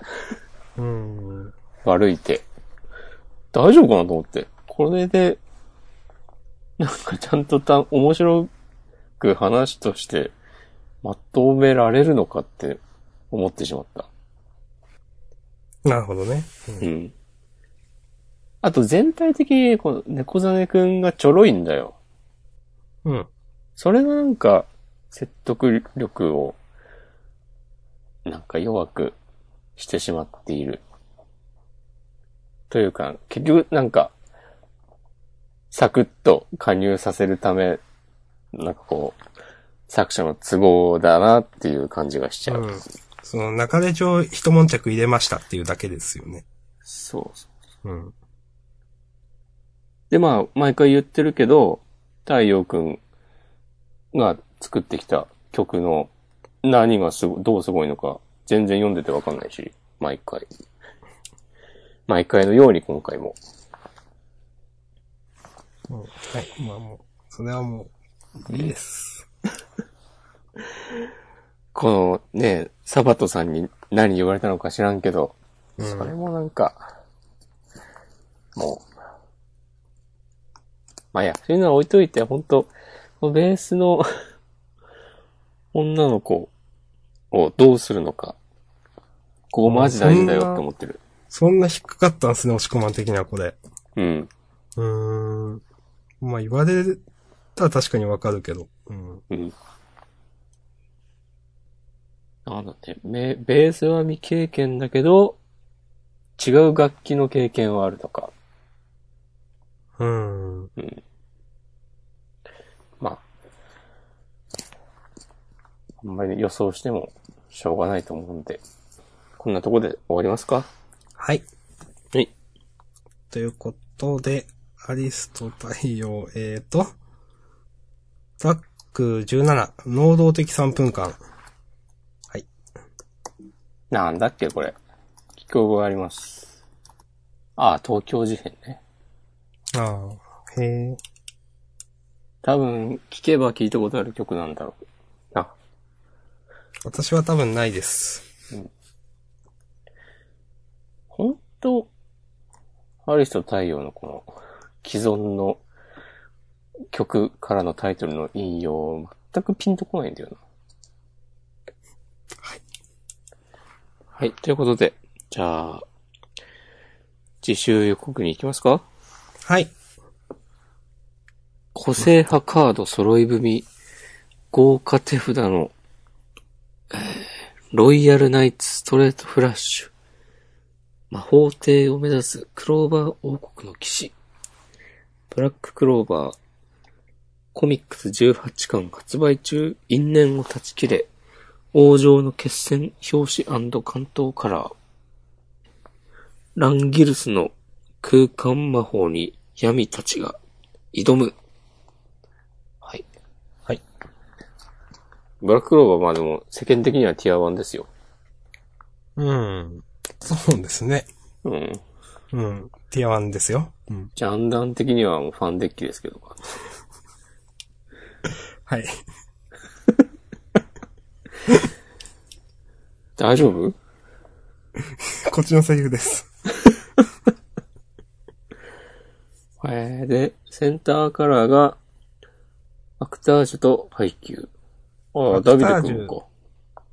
B: うん。
A: 悪い手。大丈夫かなと思って。これで、なんかちゃんとた、面白く話として、まとめられるのかって思ってしまった。
B: なるほどね。
A: うん。あと全体的に、この猫ザネくんがちょろいんだよ。
B: うん。
A: それがなんか、説得力を、なんか弱くしてしまっている。というか、結局なんか、サクッと加入させるため、なんかこう、作者の都合だなっていう感じがしちゃう。
B: うん。その中で町一悶着入れましたっていうだけですよね。
A: そうそう。
B: うん。
A: で、まあ、毎回言ってるけど、太陽くんが作ってきた曲の何がすご、どうすごいのか、全然読んでてわかんないし、毎回。毎回のように今回も。
B: うんはい。まあもう、それはもう、いいです。
A: このね、サバトさんに何言われたのか知らんけど、
B: うん
A: それもなんか、もう、まあいいや、そういうのは置いといて、ほんと、このベースの 女の子をどうするのか、ここマジ大事だよって思ってる。
B: そんな低かったんですね、押し込まん的にはこれ。
A: うん。
B: うーん。まあ言われたら確かにわかるけど。うん。
A: うん。なんだって、めベースは未経験だけど、違う楽器の経験はあるとか。
B: うん。
A: まあ、あんまり予想してもしょうがないと思うんで、こんなとこで終わりますか
B: はい。
A: はい。
B: ということで、アリスと太陽、えーと、トラック17、能動的3分間。はい。
A: なんだっけ、これ。聞き覚えあります。ああ、東京事変ね。
B: ああ、へえ。
A: 多分、聞けば聞いたことある曲なんだろう。あ、
B: 私は多分ないです。
A: ほんと、アリスと太陽のこの、既存の曲からのタイトルの引用、全くピンとこないんだよな。はい。はい、ということで、じゃあ、自習予告に行きますか
B: はい。
A: 個性派カード揃い踏み、豪華手札の、えーロイヤルナイツストレートフラッシュ、魔法帝を目指すクローバー王国の騎士、ブラッククローバー、コミックス18巻発売中、因縁を断ち切れ、
C: 王城の決戦表紙関東カラー。ランギルスの空間魔法に闇たちが挑む。はい。
A: ブラッククローバーまあでも世間的にはティア1ですよ。
B: うん。そうですね。
A: うん。
B: うん。ティアワンですよ。うん。
A: ジャンダン的にはもうファンデッキですけど。
B: はい。
A: 大丈夫
B: こっちのセリフです。
A: えー、で、センターカラーが、アクタージュとハイキュー。ああ、
B: アクタ
A: ダ
B: ー
A: ビ
B: ジュ
A: デ君か。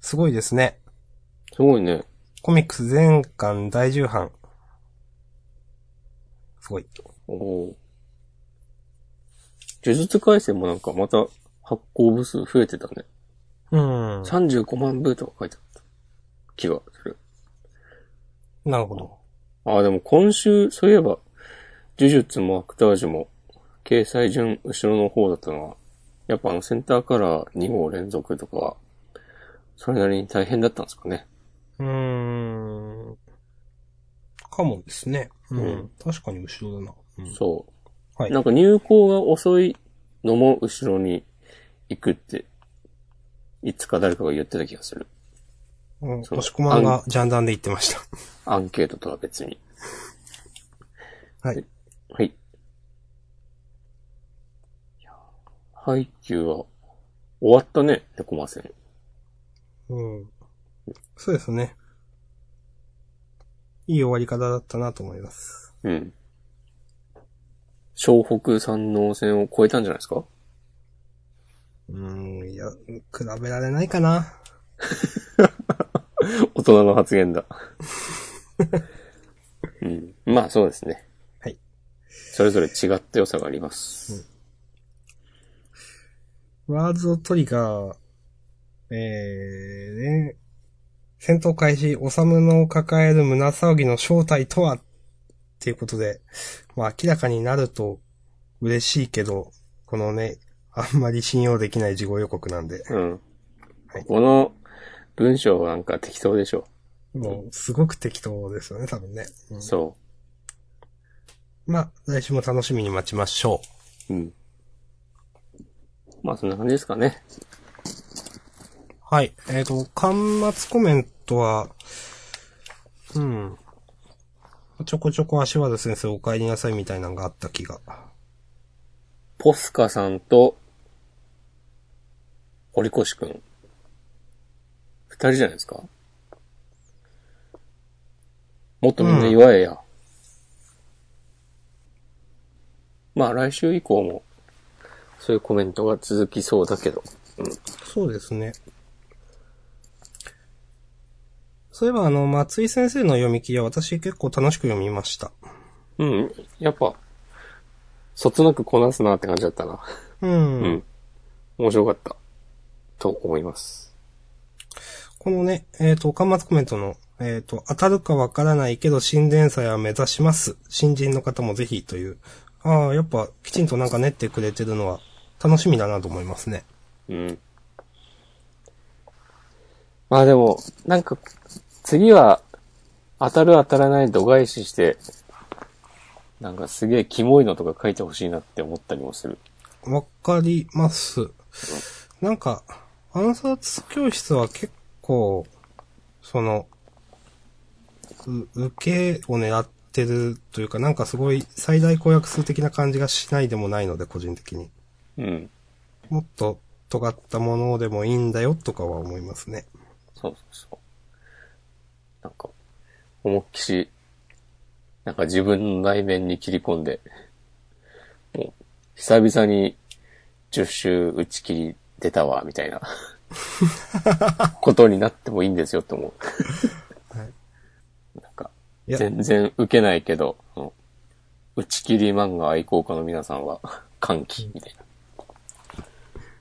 B: すごいですね。
A: すごいね。
B: コミックス全巻大重版。すごい。
A: おおー。呪術回戦もなんかまた発行部数増えてたね。
B: うん。
A: 35万部とか書いてあった気がする。
B: なるほど。
A: ああ、でも今週、そういえば、呪術もアクタージュも、掲載順後ろの方だったのは、やっぱあのセンターカラー2号連続とかは、それなりに大変だったんですかね。
B: うーん。かもですね。うん。
A: うん
B: 確かに後ろだな。うん
A: そう。
B: はい
A: なんか入校が遅いのも後ろに行くって、いつか誰かが言ってた気がする。
B: うん。
A: そう
B: 押し込まんがジャンダンで言ってました。
A: アンケートとは別に。
B: はい。
A: はい。いやハイキューは終わったね、レコマ戦。
B: うん。そうですね。いい終わり方だったなと思います。
A: うん。湘北山王戦を超えたんじゃないですか
B: うん、いや、比べられないかな。
A: 大人の発言だ。 うん。まあそうですね。
B: はい。
A: それぞれ違った良さがあります。
B: ワールドトリガー、えー、ね、戦闘開始、オサムの抱える胸騒ぎの正体とはっていうことで、まあ明らかになると嬉しいけど、このね、あんまり信用できない事後予告なんで、
A: うん
B: はい。
A: この文章はなんか適当でしょ。
B: もうすごく適当ですよね、多分ね。うん
A: そ
B: まあ、来週も楽しみに待ちましょ
A: う。うん。まあそんな感じですかね。
B: う。はい。えっ、と、端末コメントは、うん。ちょこちょこ足技先生お帰りなさいみたいなのがあった気が。
A: ポスカさんと、堀越くん。二人じゃないですかもっとみんな祝えや。まあ来週以降も、そういうコメントが続きそうだけど。
B: そうですね。そういえば、あの、松井先生の読み切りは私結構楽しく読みました。
A: うん。やっぱ、そつなくこなすなって感じだったな。
B: うん。
A: うん。面白かった。と思います。
B: このね、えっ、と、端末コメントの、えっ、と、当たるかわからないけど、新連載は目指します。新人の方もぜひという。ああ、やっぱ、きちんとなんか練ってくれてるのは、楽しみだなと思いますね。
A: うん。まあでも、なんか、次は、当たる当たらない度外視して、なんかすげえキモいのとか書いてほしいなって思ったりもする。
B: わかります。なんか、暗殺教室は結構、その、う受けを狙ってるというか、なんかすごい最大公約数的な感じがしないでもないので、個人的に。
A: うん。
B: もっと尖ったものでもいいんだよ、とかは思いますね。
A: そうそうそう。なんか、思いっきし、なんか自分の内面に切り込んで、もう、久々に10周打ち切り出たわ、みたいな、ことになってもいいんですよ、と思う。
B: はい
A: なんか、
B: いや
A: 全然受けないけど、その打ち切り漫画愛好家の皆さんは、歓喜、みたいな。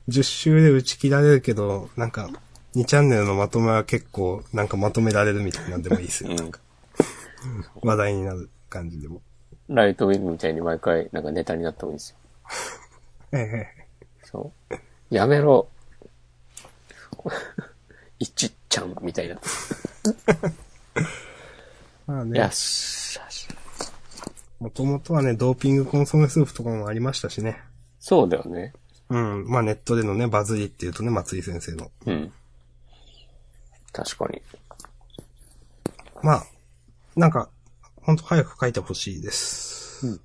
B: 10周で打ち切られるけど、なんか、2チャンネルのまとめは結構、なんかまとめられるみたいなんでもいいですよ。
A: うん
B: 話題になる感じでも。
A: ライトウィングみたいに毎回、なんかネタになってもいいんですよ。
B: ええ
A: そう。やめろ。
C: いちっちゃんみたいな。
B: まあ
C: よ
B: ね、
C: しよし。
B: もともとはね、ドーピングコンソメスープとかもありましたしね。
A: そうだよね。
B: うん。まあネットでのね、バズりっていうとね、松井先生の。
A: うん。
C: 確かに。
B: まあ、なんか、ほんと早く書いてほしいです。
A: うん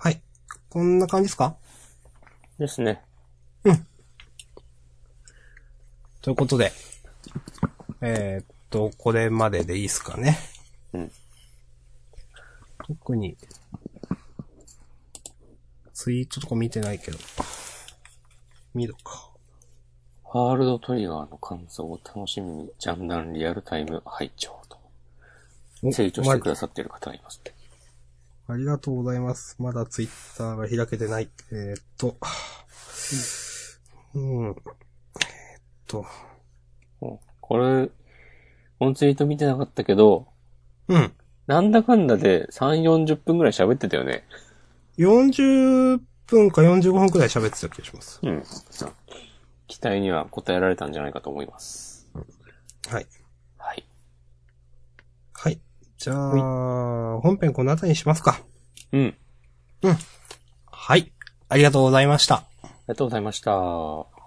B: はい。こんな感じですか
A: ですね。
B: ということで、えーっと、これまででいいですかね。
A: うん。
B: 特に、ツイートとか見てないけど。見るか。
A: ワールドトリガーの感想を楽しみに、ジャンダンリアルタイム拝聴
B: お
A: と。成長してくださっている方がいますね。
B: ありがとうございます。まだツイッターが開けてない。えーっと、うん。えーっと、
A: うんこれ、このツイート見てなかったけど、
B: うん。
A: なんだかんだで3、40分くらい喋ってたよね。
B: 40分か45分くらい喋ってた気がします。
A: うん。期待には応えられたんじゃないかと思います。
B: はい。
A: はい。
B: はい。じゃあ、本編この辺りにしますか。
A: うん。
B: はい。ありがとうございました。
A: ありがとうございました。